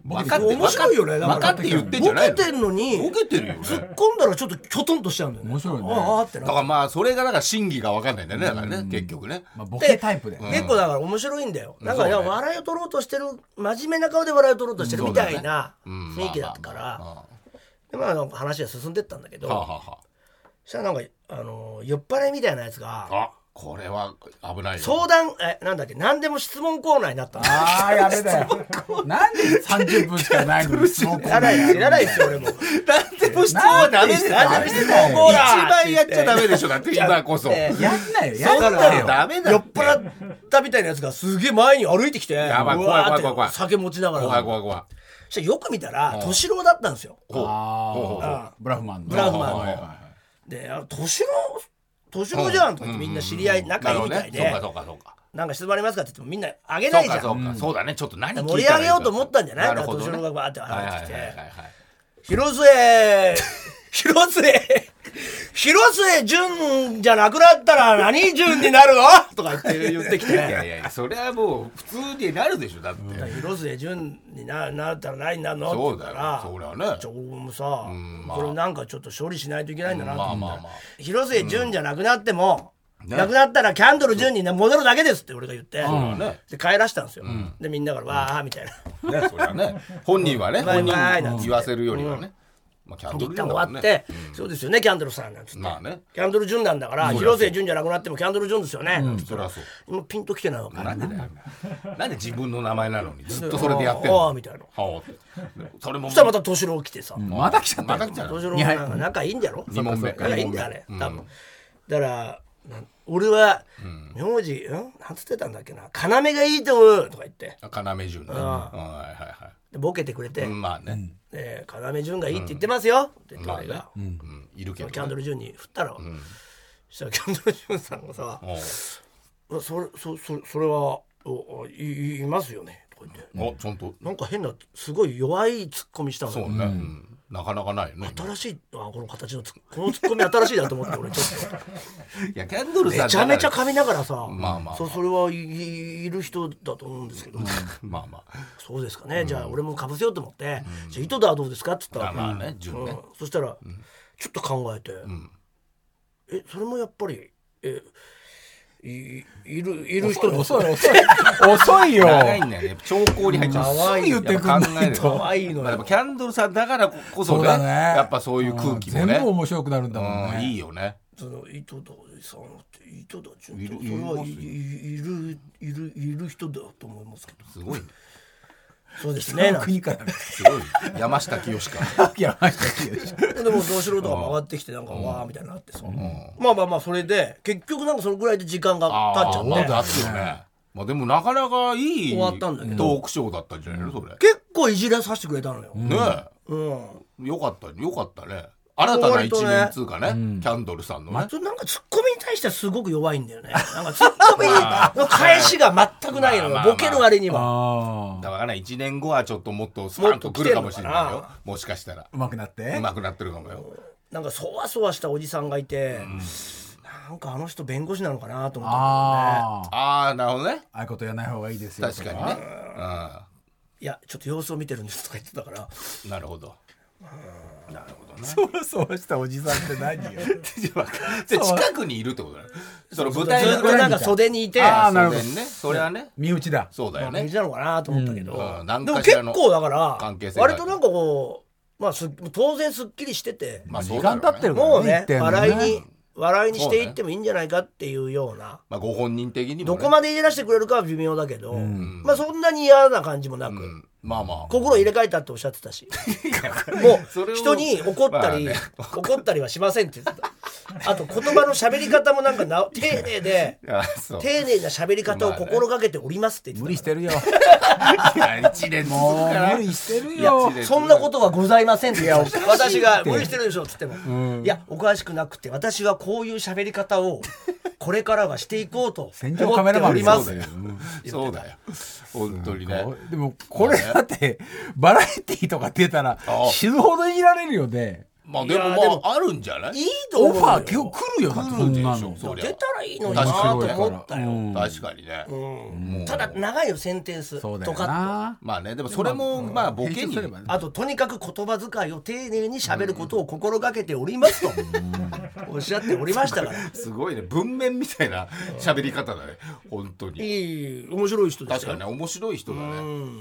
Speaker 2: 分かって
Speaker 1: 面白いよねだ
Speaker 2: 分
Speaker 1: か
Speaker 2: からって言ってんじゃないの
Speaker 1: ボケてんのに
Speaker 2: ボケてるよね。
Speaker 1: 突っ込んだらちょっときょとんとしちゃうんだよね
Speaker 3: 面白いね
Speaker 1: ああああって
Speaker 2: だ
Speaker 1: な
Speaker 2: からまあ、それがなんか真偽が分かんないんだよね、だからね、結局ね。
Speaker 3: まあボケタイプで。
Speaker 1: 結構だから面白いんだよ、なんかいや
Speaker 2: そうね
Speaker 1: 笑いを取ろうとしてる真面目な顔で笑いを取ろうとしてる
Speaker 2: うん
Speaker 1: みたいな
Speaker 2: うん
Speaker 1: 雰囲気だったから
Speaker 2: あ
Speaker 1: でまあなんか話が進んでったんだけ
Speaker 2: あはあ
Speaker 1: ど
Speaker 2: はあは
Speaker 1: そしたらなんかあの酔っ払いみたいなやつが
Speaker 2: あ。あ、これは危ないよ。
Speaker 1: 相談えなんだっけ何でも質問コーナーになったの
Speaker 3: ああ、やべ だよ。なんで30分しかないのに質問コ
Speaker 1: い
Speaker 3: ーナ
Speaker 1: らない
Speaker 3: ー
Speaker 1: いらないですよ 俺も
Speaker 2: なんでも質問はダメですよ。
Speaker 3: なん
Speaker 1: でも
Speaker 2: 一
Speaker 1: 質問コーナー
Speaker 2: 番やっちゃダメでしょ、だって 今こそ。
Speaker 1: え
Speaker 3: やんなよ、
Speaker 1: だ
Speaker 3: や
Speaker 1: か
Speaker 3: んな
Speaker 1: ら
Speaker 3: よ。
Speaker 2: ダメだ
Speaker 1: 酔
Speaker 2: っ
Speaker 1: って払ったみたいなやつがすげえ前に歩いてきて
Speaker 2: やばいう
Speaker 1: わー
Speaker 2: 怖い怖い
Speaker 1: って
Speaker 2: 怖い怖い
Speaker 1: 酒持ちながら
Speaker 2: 怖い怖い怖い。
Speaker 1: そしたらよく見たら敏郎だったんですよ
Speaker 2: ほうほうほうほう。
Speaker 3: ブラフマンの。
Speaker 1: ブラフマンの
Speaker 3: はいはいはい
Speaker 1: であ「敏郎敏郎じゃん」とか言ってみんな知り合い仲いいみたいで
Speaker 2: なるほどねそうかそうか
Speaker 1: 「なんか質問ありますか?」って言ってもみんなあげ
Speaker 2: そ
Speaker 1: な
Speaker 2: う
Speaker 1: い
Speaker 2: か。
Speaker 1: じ
Speaker 2: そう
Speaker 1: ゃ
Speaker 2: かそ
Speaker 1: ん
Speaker 2: うかそうだね。ちょっと何
Speaker 1: 盛り上げようと思ったんじゃない
Speaker 2: なるほど
Speaker 1: だか
Speaker 2: ね。
Speaker 1: ら敏郎がバーって
Speaker 2: はいはい
Speaker 1: 入ってき
Speaker 2: はいはい
Speaker 1: て
Speaker 2: はい。
Speaker 1: 「広末 広末広末潤じゃなくなったら何潤になるの?」とか言って言ってきて
Speaker 2: いやいやいや、それはもう普通になるでしょ、だって。
Speaker 1: だから広末純にななったら何になるの
Speaker 2: そう
Speaker 1: って
Speaker 2: だ
Speaker 1: 言っ
Speaker 2: よ
Speaker 1: たら
Speaker 2: そりゃね
Speaker 1: ちょ俺もさ、
Speaker 2: んまあ
Speaker 1: これなんかちょっと処理しないといけないんだなと思ったら、
Speaker 2: まあまあまあ
Speaker 1: 広末純じゃなくなっても、
Speaker 2: ね
Speaker 1: なくなったらキャンドル純に戻るだけですって俺が言って、
Speaker 2: そうだね
Speaker 1: で帰らしたんですよ、でみんなから「わあ」みたいな、
Speaker 2: ね、そりゃね。本人はね、
Speaker 1: バイ
Speaker 2: 本
Speaker 1: バイなんつって
Speaker 2: 人に言わせるよりはね。まあキャンド
Speaker 1: 一
Speaker 2: ル
Speaker 1: 旦終
Speaker 2: だから
Speaker 1: わっ
Speaker 2: ね
Speaker 1: て、そうですよねキャンドルさんなんつって、
Speaker 2: まあね
Speaker 1: キャンドル・ジュンなんだから広瀬潤じゃなくなってもキャンドル・ジュンですよね、なんつって
Speaker 2: そりゃそう
Speaker 1: 今ピンときてないわけ
Speaker 2: なんでだよなんで自分の名前なのにずっとそれでやってん
Speaker 1: あ
Speaker 2: の
Speaker 1: あみたいな
Speaker 2: はあってそれも
Speaker 1: そしたらまた敏郎来てさ
Speaker 3: また来ちゃった
Speaker 2: ま
Speaker 3: よ
Speaker 2: た来ちゃう
Speaker 1: 敏郎なんか仲いいんじゃろ
Speaker 2: 二問目
Speaker 1: 仲いいんだよあれ
Speaker 2: 二問目
Speaker 1: 多分だからなん俺は名字うんなんつってたんだっけな要がいいと思うとか言って
Speaker 2: 要潤ねうんはいはいは
Speaker 1: でボケてくれて
Speaker 2: いうんまあね
Speaker 1: えー要潤がいいって言ってますよ」って言って
Speaker 2: まあ
Speaker 1: 俺
Speaker 2: ね
Speaker 1: が、
Speaker 2: うんいるけどね
Speaker 1: キャンドル潤に振ったろ、そしたらキャンドル潤さんがさ
Speaker 2: おう
Speaker 1: 「うわそれそそそれはおおいいいますよね」とか言って、
Speaker 2: おちゃんと
Speaker 1: なんか変なすごい弱いツッコミしたの
Speaker 2: そうねうんなかなかないよね
Speaker 1: 新しいあこの形のツッこのツッコミ新しいなと思って俺ちょっと
Speaker 2: いやキャンドルさん
Speaker 1: めちゃめちゃ
Speaker 2: だから
Speaker 1: 噛みながらさ
Speaker 2: まあまあ
Speaker 1: そうそれはいいいる人だと思うんですけど
Speaker 2: まあまあ
Speaker 1: そうですかね、じゃあ俺もかぶせようと思って「じゃあ井戸田はどうですか?」って言った
Speaker 2: まあ
Speaker 1: ら、
Speaker 2: まあね順ね
Speaker 1: うんそしたら、ちょっと考えて、えそれもやっぱりえいいるいる人だ
Speaker 4: 遅い遅い遅 いよ
Speaker 2: 長いんだよね長考に入っちゃう
Speaker 4: 可愛いよ
Speaker 2: やぱ考える
Speaker 1: 可愛いのよ
Speaker 2: まあでもキャンドルさんだからこそ
Speaker 4: そう
Speaker 2: ね
Speaker 4: だね
Speaker 2: やっぱそういう空気もね
Speaker 4: 全部面白くなるんだもん
Speaker 2: うん
Speaker 4: ね
Speaker 2: いいよね
Speaker 1: その井戸田さんって井戸田純
Speaker 2: いる
Speaker 1: それはい
Speaker 2: いますよ
Speaker 1: いいるいるいる人だと思いますけど
Speaker 2: すごいね
Speaker 1: そうですねなんて
Speaker 4: 国から
Speaker 2: すごい山下清か
Speaker 4: いやマジで
Speaker 1: でもどうしろとか回ってきてなんかわーみたいになってさ、まあまあまあそれで結局なんかそのぐらいで時間が経っちゃ
Speaker 2: ま
Speaker 1: って
Speaker 2: だあったよね。まあでもなかなかいい
Speaker 1: 終わったんだけど
Speaker 2: トークショーだったんじゃないのそれ。
Speaker 1: 結構いじらさせてくれたのよ、
Speaker 2: ね
Speaker 1: うん、
Speaker 2: え、よかったよかったね。新たな一面っつうかね、キャンドルさんのね。
Speaker 1: それなんかツッコミに対してはすごく弱いんだよねなんかツッコミの返しが全くないのよ
Speaker 2: まあまあ
Speaker 1: ボケる割には
Speaker 4: あ
Speaker 2: だからね、一年後はちょっともっとスパンと来るかもしれない
Speaker 1: もっと来てんの
Speaker 2: よ
Speaker 1: か。
Speaker 2: もしかしたら。
Speaker 4: うまくなって
Speaker 2: うまくなってるかもよ。
Speaker 1: なんかそわそわしたおじさんがいて、なんかあの人弁護士なのかなと思ったんだよね
Speaker 4: ああ
Speaker 2: ああ、なるほどね。
Speaker 4: ああいうことやらない方がいいですよ
Speaker 2: 確かにね。
Speaker 1: いやちょっと様子を見てるんですとか言ってたから
Speaker 2: うん。なるほど。なるほどね。
Speaker 4: そわそわしたおじさんって何よ
Speaker 2: で近くにいるってことだよ。その舞台
Speaker 1: ずっ
Speaker 2: の
Speaker 1: となんか袖にいて
Speaker 4: あー
Speaker 2: 袖
Speaker 4: なるほど
Speaker 2: にね。それはね。
Speaker 4: 身内だ
Speaker 2: そうだよ
Speaker 1: 感
Speaker 2: ね
Speaker 1: じ。なのかなと思ったけど、
Speaker 2: うんうん何
Speaker 1: でも
Speaker 2: かし
Speaker 1: 結
Speaker 2: らの
Speaker 1: 構だから
Speaker 2: 関係性がある
Speaker 1: 割となんかこう、まあ、す当然すっきりしてて、
Speaker 2: まあそ
Speaker 4: 時
Speaker 2: うだろ
Speaker 4: 間
Speaker 2: う
Speaker 4: 経
Speaker 2: ね
Speaker 4: ってるから
Speaker 1: もうね笑
Speaker 4: 一点の
Speaker 1: いに笑いにしていってもいいんじゃないかっていうような。
Speaker 2: まあご本人的にも
Speaker 1: ど
Speaker 2: ね。
Speaker 1: こまで入れ出してくれるかは微妙だけど、まあそんなに嫌な感じもなく、
Speaker 2: うんまあまあ。
Speaker 1: 心入れ替えたっておっしゃってたしも
Speaker 2: それ
Speaker 1: う
Speaker 2: を
Speaker 1: 人に怒ったり、
Speaker 2: まあね
Speaker 1: 怒ったりはしませんって言ってたあと言葉の喋り方もなんかな丁寧で
Speaker 2: あそう
Speaker 1: 丁寧な喋り方を心がけておりますって言ってたから
Speaker 4: 無理してるよ
Speaker 2: いや一年続
Speaker 4: も
Speaker 2: く
Speaker 4: う
Speaker 2: から
Speaker 4: 無理してる
Speaker 2: いや
Speaker 4: よ
Speaker 2: 一年続く
Speaker 1: そんなことはございませんって言ってました私が「無理してるでしょ」っつっても「いやおかしくなくて私はこういう喋り方をこれからはしていこうと
Speaker 4: 戦場
Speaker 1: 思
Speaker 4: カ
Speaker 1: っ
Speaker 4: メ
Speaker 1: て
Speaker 4: ラ
Speaker 1: お
Speaker 4: マン
Speaker 1: りま
Speaker 4: そ
Speaker 1: す
Speaker 4: うだよ」
Speaker 2: そうだよ本当にね
Speaker 4: でもこれだってバラエティーとか出たら
Speaker 2: ああ
Speaker 4: 死ぬほどいられるよね
Speaker 2: まあでも
Speaker 1: いや
Speaker 2: ま
Speaker 1: でも
Speaker 2: ああるんじゃない
Speaker 1: いいと思
Speaker 4: オ
Speaker 1: う
Speaker 4: フ
Speaker 1: よ
Speaker 4: ァー今日来るよなそ
Speaker 2: 来る
Speaker 4: ん
Speaker 2: でし
Speaker 4: な
Speaker 2: ょ
Speaker 4: の
Speaker 2: そりゃ
Speaker 1: 出たらいいのにな
Speaker 2: 確か
Speaker 1: と
Speaker 2: に
Speaker 1: 思ったよ、
Speaker 4: うん
Speaker 2: 確かにね
Speaker 1: うんただ長いよセンテンス
Speaker 4: そうだ
Speaker 1: と
Speaker 4: よ
Speaker 1: か
Speaker 4: な
Speaker 2: まあねでもそれもまあボケ
Speaker 4: 編集
Speaker 2: に
Speaker 4: すればね
Speaker 1: あととにかく言葉遣いを丁寧に喋ることを心がけておりますとおっしゃっておりましたから
Speaker 2: すごいね文面みたいな喋り方だね本当に
Speaker 1: いい面白い人でし
Speaker 2: 確
Speaker 1: た
Speaker 2: か
Speaker 1: よ
Speaker 2: にね面白い人だね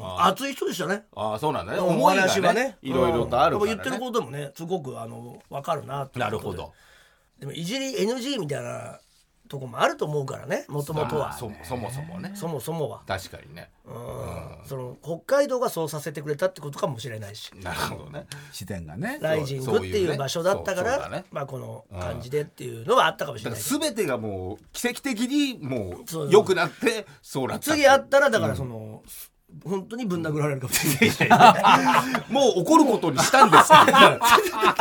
Speaker 2: あ
Speaker 1: 熱い人でしたね
Speaker 2: あそうなんだね
Speaker 1: うん
Speaker 2: 思い
Speaker 1: お話
Speaker 2: が
Speaker 1: は
Speaker 2: ね
Speaker 1: ね
Speaker 2: いろいろとある
Speaker 1: うん
Speaker 2: か
Speaker 1: や
Speaker 2: ら
Speaker 1: っぱ言ってるこ
Speaker 2: ね
Speaker 1: ともねすごくあの分かるなっていうことで
Speaker 2: なるほど
Speaker 1: でもいじり NG みたいなとこもあると思うからねもともと
Speaker 2: まあ
Speaker 1: は
Speaker 2: そそもそもね
Speaker 1: そもそもは、
Speaker 2: 確かにね
Speaker 1: うん、その北海道がそうさせてくれたってことかもしれないし
Speaker 2: なるほどね
Speaker 4: 視点がね
Speaker 1: ライジングって
Speaker 2: そういう
Speaker 1: い
Speaker 2: ね
Speaker 1: う場所だったか
Speaker 2: そうそう
Speaker 1: ら、
Speaker 2: だね
Speaker 1: まあこの感じでっていうのはあったかもしれ
Speaker 2: だ
Speaker 1: な
Speaker 2: か
Speaker 1: いけ
Speaker 2: ら
Speaker 1: ど、
Speaker 2: 全てがもう奇跡的にも
Speaker 1: そう
Speaker 2: う良くなってそうなった
Speaker 1: 次あったらだからその、本当にぶん殴られるかもしれない
Speaker 2: もう怒ることにしたんですけど
Speaker 1: あ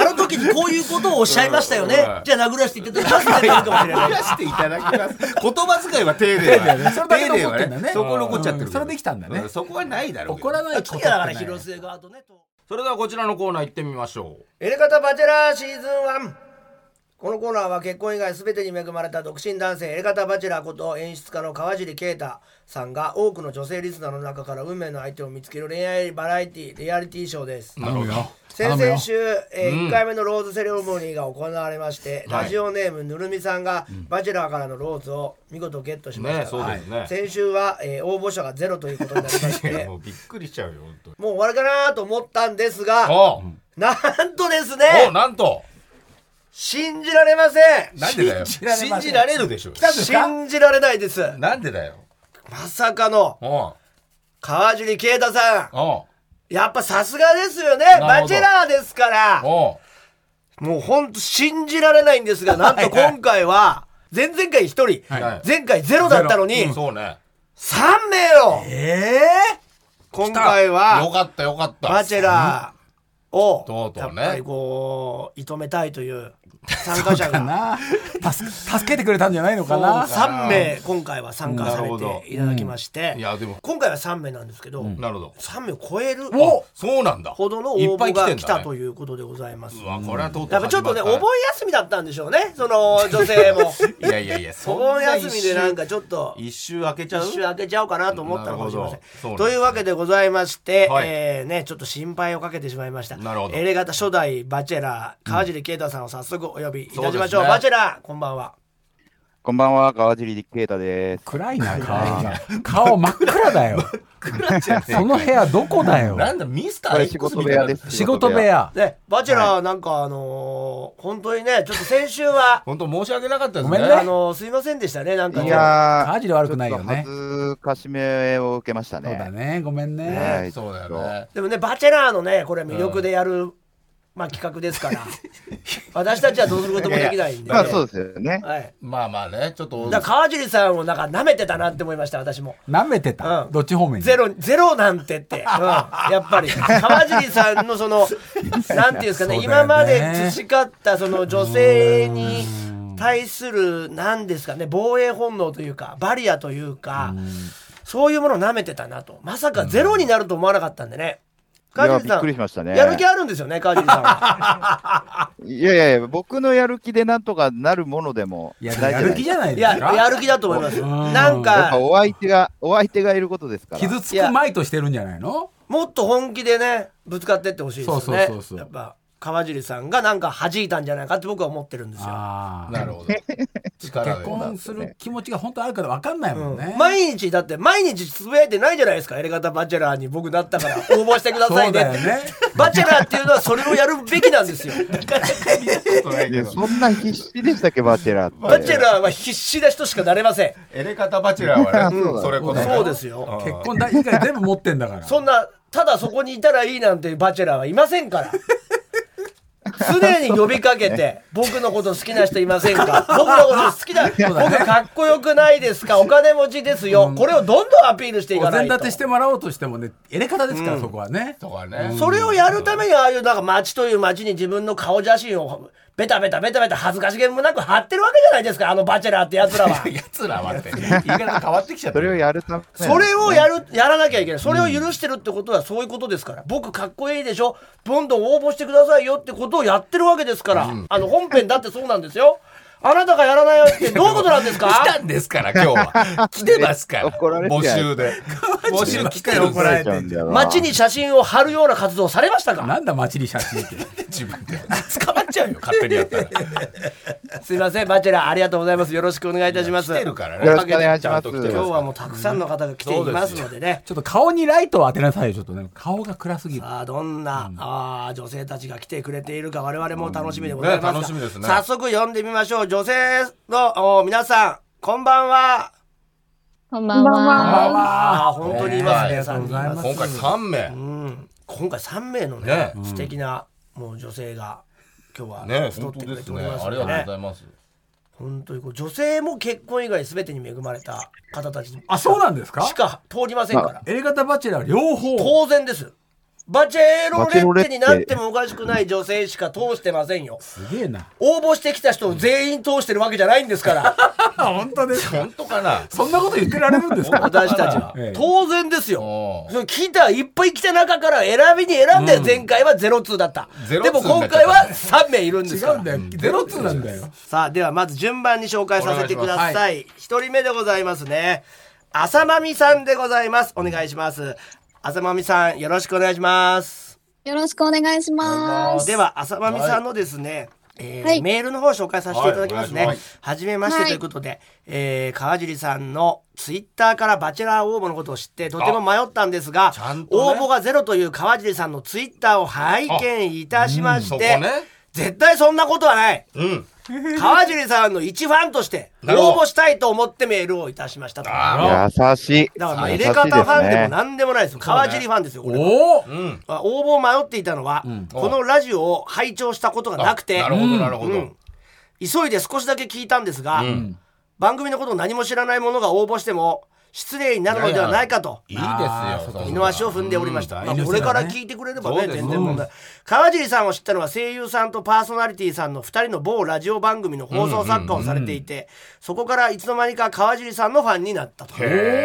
Speaker 1: の時にこういうことをおっしゃいましたよね、
Speaker 2: うん
Speaker 1: じゃあ殴らせていただきますってなるかもしれない
Speaker 2: 増やしていただきます。言葉遣いは丁寧
Speaker 4: だよね
Speaker 2: は。
Speaker 4: それだけ残ってんだね
Speaker 2: そこ残っちゃってるけど、
Speaker 4: うんそれできたんだね
Speaker 2: うそこはないだろうけど。
Speaker 4: 怒らないこと
Speaker 1: 次
Speaker 4: って
Speaker 1: はだか
Speaker 4: な
Speaker 1: ら
Speaker 4: い
Speaker 1: 広末側とねと。
Speaker 2: それではこちらのコーナー行ってみましょう。
Speaker 1: エレガタバチェラーシーズン1このコーナーは結婚以外全てに恵まれた独身男性エレガタバチェラーこと演出家の川尻啓太さんが多くの女性リスナーの中から運命の相手を見つける恋愛バラエティリアリティショーです
Speaker 2: なるほど。
Speaker 1: 先
Speaker 4: 頼むよ
Speaker 1: 々週、えー1回目のローズセレモニーが行われまして、
Speaker 2: はい
Speaker 1: ラジオネームぬるみさんがバチェラーからのローズを見事ゲットしました
Speaker 2: ねそう
Speaker 1: が、
Speaker 2: ですね
Speaker 1: はい先週は、えー応募者 がゼロということになりまして
Speaker 2: もうびっくりしちゃうよ、本当に。
Speaker 1: もう終わるかなと思ったんですが
Speaker 2: ああ、
Speaker 1: なんとです
Speaker 2: お
Speaker 1: ね
Speaker 2: なんと
Speaker 1: 信じられません
Speaker 2: なんでだよ
Speaker 4: 信じられませ
Speaker 2: 信
Speaker 4: ん
Speaker 2: じられるでしょ
Speaker 4: たんですか
Speaker 1: 信じられないです
Speaker 2: なんでだよ
Speaker 1: まさかの
Speaker 2: おう
Speaker 1: 川尻慶太さん
Speaker 2: おう
Speaker 1: やっぱさすがですよね
Speaker 2: ほど
Speaker 1: バチェラーですから
Speaker 2: おう
Speaker 1: もうほんと信じられないんですが、なんと今回は、前々回1人、
Speaker 2: はい
Speaker 1: 前回ゼロだったのに、
Speaker 2: うんそうね
Speaker 1: 3名の、今回
Speaker 2: よ
Speaker 1: は、
Speaker 2: かったよかった
Speaker 1: バチェラー
Speaker 2: と
Speaker 1: を
Speaker 2: う、と
Speaker 1: やっ
Speaker 2: うね
Speaker 1: ぱりこう、射止めたいという参加者が、
Speaker 3: なあ
Speaker 4: 助助けてくれたんじゃないのかな
Speaker 2: そうか
Speaker 1: 3名今回は参加され
Speaker 2: なるほど
Speaker 1: ていただきまして
Speaker 2: うんいやでも、
Speaker 1: 今回は3名なんですけど、
Speaker 2: なるほど
Speaker 1: 3名を超える
Speaker 2: おそうなんだ
Speaker 1: ほどの
Speaker 2: い
Speaker 1: 応
Speaker 2: っぱい
Speaker 1: 募
Speaker 2: 来て
Speaker 1: が
Speaker 2: んだね
Speaker 1: 来たということでございます
Speaker 2: う。わこれはとうと
Speaker 1: や
Speaker 2: う
Speaker 1: っぱちょっとね、
Speaker 2: 始
Speaker 1: お
Speaker 2: ま
Speaker 1: 盆
Speaker 2: た
Speaker 1: 休みだったんでしょうね、その女性も。
Speaker 2: いやいや いや そ
Speaker 1: お
Speaker 2: んな
Speaker 1: 盆休みでなんかちょっと
Speaker 2: 一周開けちゃう
Speaker 1: 一周開けちゃおうかなと思ったのかもしれませ。
Speaker 2: なるほどそうんなんですね
Speaker 1: というわけでございまして、
Speaker 2: はい
Speaker 1: えーね、ちょっと心配をかけてしまいました。
Speaker 2: なるほど
Speaker 1: エレガタ初代バチェラー、川尻慶太さんを早速お呼びいたしまし
Speaker 2: そ
Speaker 1: ょう。
Speaker 2: うですね
Speaker 1: バチェラー、こんばんは。
Speaker 5: こんばんは、川尻啓太です。
Speaker 4: 暗いな顔が顔真っ暗だよその部屋どこだ よ
Speaker 2: なんだミスタ
Speaker 5: こ
Speaker 2: ー
Speaker 5: れ
Speaker 2: X
Speaker 5: 仕
Speaker 2: みた
Speaker 5: 事
Speaker 2: いな
Speaker 5: 部屋です。
Speaker 4: 仕事部。屋
Speaker 1: で、バチェラーなんかあのー本当にね、ちょっと先週 は、
Speaker 2: 本当申し訳なかったです
Speaker 4: ごめん
Speaker 1: あ
Speaker 4: ね
Speaker 2: ね
Speaker 1: のーすいませんでしたね、なんか
Speaker 5: い
Speaker 1: ね。
Speaker 5: やー、
Speaker 4: マジで悪くないよね
Speaker 5: ちょっと恥ずかしめを受けましたね。
Speaker 4: そうだねごめんね
Speaker 5: はい。
Speaker 2: そうだよね
Speaker 1: でもね、バチェラーのね、これ魅力でやる、まあ企画ですから、 私たちはどうすることもできないんで。
Speaker 5: まあそうですよね。
Speaker 1: はい。
Speaker 2: まあまあねちょっと
Speaker 1: だから川尻さんをなんか舐めてたなって思いました、私も。
Speaker 4: 舐めてた
Speaker 1: うん
Speaker 4: どっち方面に
Speaker 1: ゼロ、ゼロなんて って、うん、やっぱり、川尻さんのその、なんていうんですかね、
Speaker 4: そうだよね
Speaker 1: 今まで培ったその女性に対する、なんですかね、防衛本能というか、バリアというか、そういうものを舐めてたなと。まさかゼロになると思わなかったんでね。
Speaker 5: いや
Speaker 1: 川尻
Speaker 5: びっ
Speaker 1: さ
Speaker 5: くりし
Speaker 1: ん、
Speaker 5: ましたね。
Speaker 1: やる気あるんですよね、川尻さん は。
Speaker 5: いやいやいや、僕のやる気でなんとかなるものでも
Speaker 4: いや
Speaker 5: 大
Speaker 4: や
Speaker 5: 事
Speaker 4: る
Speaker 5: な
Speaker 4: 気
Speaker 5: い
Speaker 4: じゃない
Speaker 1: い
Speaker 4: です
Speaker 1: や、
Speaker 4: か
Speaker 1: やる気だと思います。
Speaker 4: ん
Speaker 1: なん
Speaker 5: やっぱ
Speaker 1: か、
Speaker 5: お相手が、お相手がいることですから。
Speaker 4: 傷つくまいとしてるんじゃないの
Speaker 1: もっと本気でね、ぶつかってってほしいですよね。
Speaker 4: そうそうそうそう
Speaker 1: やっぱ、川尻さんがなんか弾いたんじゃないかって僕は思ってるんですよ。
Speaker 4: ああ
Speaker 2: なるほ ど力
Speaker 4: 結
Speaker 2: で
Speaker 4: 婚する気持ちが本当あるかどうか分かんないもんね、
Speaker 1: 毎日だって毎日つぶやいてないじゃないですかエレガタバチェラーに僕なったから応募してくださ
Speaker 4: そ
Speaker 1: いうね
Speaker 4: だよね
Speaker 1: バチェラーっていうのはそれをやるべきなんです よ
Speaker 5: いやそんな必死でした っけ、バチェラーって。
Speaker 1: バチェラーは必死な人しかなれません
Speaker 2: エレカタバチェラー はね、
Speaker 5: そうだ
Speaker 2: それこそね、
Speaker 1: そうですよ
Speaker 4: 結婚だ以外全部持ってんだから
Speaker 1: そんなただそこにいたらいいなんていうバチェラーはいませんから常に呼びかけ て、僕のこと好きな人いませんか僕のこと好きだ、僕かっこよくないですかお金持ちですよ、これをどんどんアピールしてい
Speaker 4: お
Speaker 1: かな
Speaker 4: 膳
Speaker 1: いと
Speaker 4: 立てしてもらおうとしてもね入れ方ですから、そこはね
Speaker 2: とかね、
Speaker 1: それをやるためにああいうなんか街という街に自分の顔写真をベタベタベタベタ恥ずかしげもなく貼ってるわけじゃないですかあのバチェラーってやつら は
Speaker 2: やつらはって言い方変わってきちゃった
Speaker 5: それをやるため。
Speaker 1: それをやるやらなきゃいけないそれを許してるってことはそういうことですから僕かっこいいでしょどんどん応募してくださいよってことをやってるわけですから、あの本編だってそうなんですよあなたがやらないよってどういうことなんですか
Speaker 2: 来たんですから今日は来てますから
Speaker 5: 怒られて
Speaker 2: 募集で募集来てるん
Speaker 4: 怒られ
Speaker 2: で
Speaker 4: てんじゃん
Speaker 1: 街に写真を貼るような活動されました か
Speaker 4: なんだ街に写真って
Speaker 2: すよ自分で 捕まっちゃうよ勝手にやったら
Speaker 1: すいませんバチェラーありがとうございますよろしくお願いいたします
Speaker 2: 来てるからね
Speaker 5: よろしくお願いします
Speaker 2: ちゃんと来て
Speaker 1: 今
Speaker 2: る
Speaker 1: 日はもうたくさんの方が来ていますのでね、
Speaker 4: ちょっと顔にライトを当てなさいよちょっとね顔が暗すぎる
Speaker 1: さあどんな、ああ女性たちが来てくれているか我々も楽しみでございますが、
Speaker 2: ね楽しみですね
Speaker 1: 早速呼んでみましょう女性のお皆さんこんばんは
Speaker 6: こんばんは。
Speaker 1: ああ本当にいますね、
Speaker 2: はい
Speaker 1: 3人います
Speaker 2: 今回三名
Speaker 1: うん、今回3名のね
Speaker 2: ね
Speaker 1: 素敵なもう女性が今日は
Speaker 2: ね
Speaker 1: 集っ
Speaker 2: 本
Speaker 1: て
Speaker 2: 当
Speaker 1: く
Speaker 2: で
Speaker 1: れ
Speaker 2: す
Speaker 1: てお
Speaker 2: ね
Speaker 1: ります
Speaker 2: あり
Speaker 1: の
Speaker 2: が
Speaker 1: で
Speaker 2: とう
Speaker 1: ね
Speaker 2: ございます
Speaker 1: 本当にこう女性も結婚以外全てに恵まれた方たち
Speaker 4: あそうなんですか
Speaker 1: しか通りませんから
Speaker 4: エレガタバチェラー両方
Speaker 1: 当然ですバチェロレッテになってもおかしくない女性しか通してませんよ
Speaker 4: すげえな
Speaker 1: 応募してきた人を全員通してるわけじゃないんですから、
Speaker 4: 本当です
Speaker 2: 本当かな
Speaker 4: そんなこと言ってられるんで すか
Speaker 1: 私たちは
Speaker 4: ええ。
Speaker 1: 当然ですよ。
Speaker 2: おー
Speaker 1: その聞いたいっぱい来た中から選びに選んで前回は02だった。
Speaker 2: 02
Speaker 1: でも今回は3名いるんで
Speaker 4: 違
Speaker 1: すか
Speaker 4: うん
Speaker 1: ら。
Speaker 4: だよゼロツーなんだよ
Speaker 1: さあ、ではまず順番に紹介させてくだ
Speaker 4: お
Speaker 1: さい。一、人目でございますね。浅まみさんでございます。お願いします。浅まみさん、よろしくお願いします。
Speaker 6: よろしくお願いします。
Speaker 1: では、浅まみさんのですね、えー
Speaker 6: はい
Speaker 1: メールの方紹介させていただきますね。
Speaker 2: は
Speaker 1: は
Speaker 2: いお願いし
Speaker 1: じめまして
Speaker 6: はい
Speaker 1: ということで、えー川尻さんのツイッターからバチェラー応募のことを知ってとても迷ったんですが
Speaker 2: ちゃんと
Speaker 1: 応
Speaker 2: ね
Speaker 1: 募がゼロという川尻さんのツイッターを拝見いたしま
Speaker 2: そ
Speaker 1: し
Speaker 2: こ
Speaker 1: て、
Speaker 2: ね
Speaker 1: 絶対そんなことは ない
Speaker 2: うん
Speaker 1: 川尻さんの一ファンとして
Speaker 2: なるほ
Speaker 1: 応
Speaker 2: ど
Speaker 1: 募したいと思ってメールをいたしましたと。だ
Speaker 2: あ
Speaker 5: 優しい。
Speaker 1: から
Speaker 5: 優
Speaker 1: 入
Speaker 5: しい
Speaker 1: れ方ファンでも
Speaker 5: ですね
Speaker 1: 何でもないですよ。川尻ファンですよ。これは
Speaker 4: おお
Speaker 2: らうん
Speaker 1: あ応募を迷っていたのは、このラジオを拝聴したことがなくて、
Speaker 2: あなるほどなるほど、
Speaker 1: うん急いで少しだけ聞いたんですが、
Speaker 2: ん
Speaker 1: 番組のことを何も知らない者が応募しても失礼になるのではないかと
Speaker 2: いいですよ
Speaker 1: 二の足を踏んでおりました、
Speaker 2: うん
Speaker 1: まあ、
Speaker 4: 犬
Speaker 1: これ
Speaker 4: ですか
Speaker 1: からら
Speaker 4: ね
Speaker 1: 聞いてくれれば
Speaker 2: そ
Speaker 1: ね
Speaker 2: うです
Speaker 1: 全然問題、川尻さんを知ったのは声優さんとパーソナリティさんの2人の某ラジオ番組の放送作家をされていて、そこからいつの間にか川尻さんのファンになったと。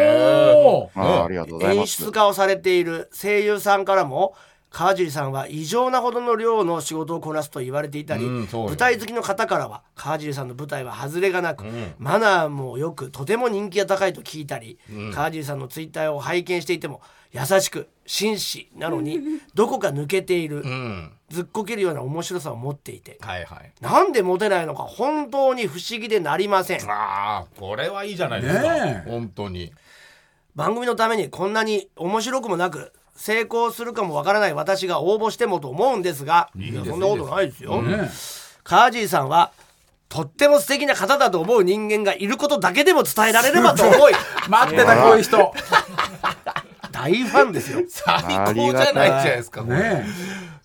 Speaker 4: お
Speaker 5: まあありがとうございま
Speaker 1: 演
Speaker 5: す。
Speaker 1: 出家をされている声優さんからも川尻さんは異常なほどの量の仕事をこなすと言われていたり、
Speaker 2: うんそうよ
Speaker 1: 舞台好きの方からは川尻さんの舞台は外れがなく、マナーもよくとても人気が高いと聞いたり、川尻さんのツイッターを拝見していても優しく紳士なのにどこか抜けている、
Speaker 2: うん
Speaker 1: ずっこけるような面白さを持っていて
Speaker 2: はいはい
Speaker 1: なんでモテないのか本当に不思議でなりません
Speaker 2: ああこれはいいじゃないですか、
Speaker 4: ねえ
Speaker 2: 本当に
Speaker 1: 番組のためにこんなに面白くもなく成功するかもわからない私が応募してもと思うんですがいやそんなことないですよ、川尻さんはとっても素敵な方だと思う人間がいることだけでも伝えられればと思い
Speaker 4: 待ってたこういう人
Speaker 1: 大ファンですよ
Speaker 2: 最高じゃないじゃないですかこれ
Speaker 4: ね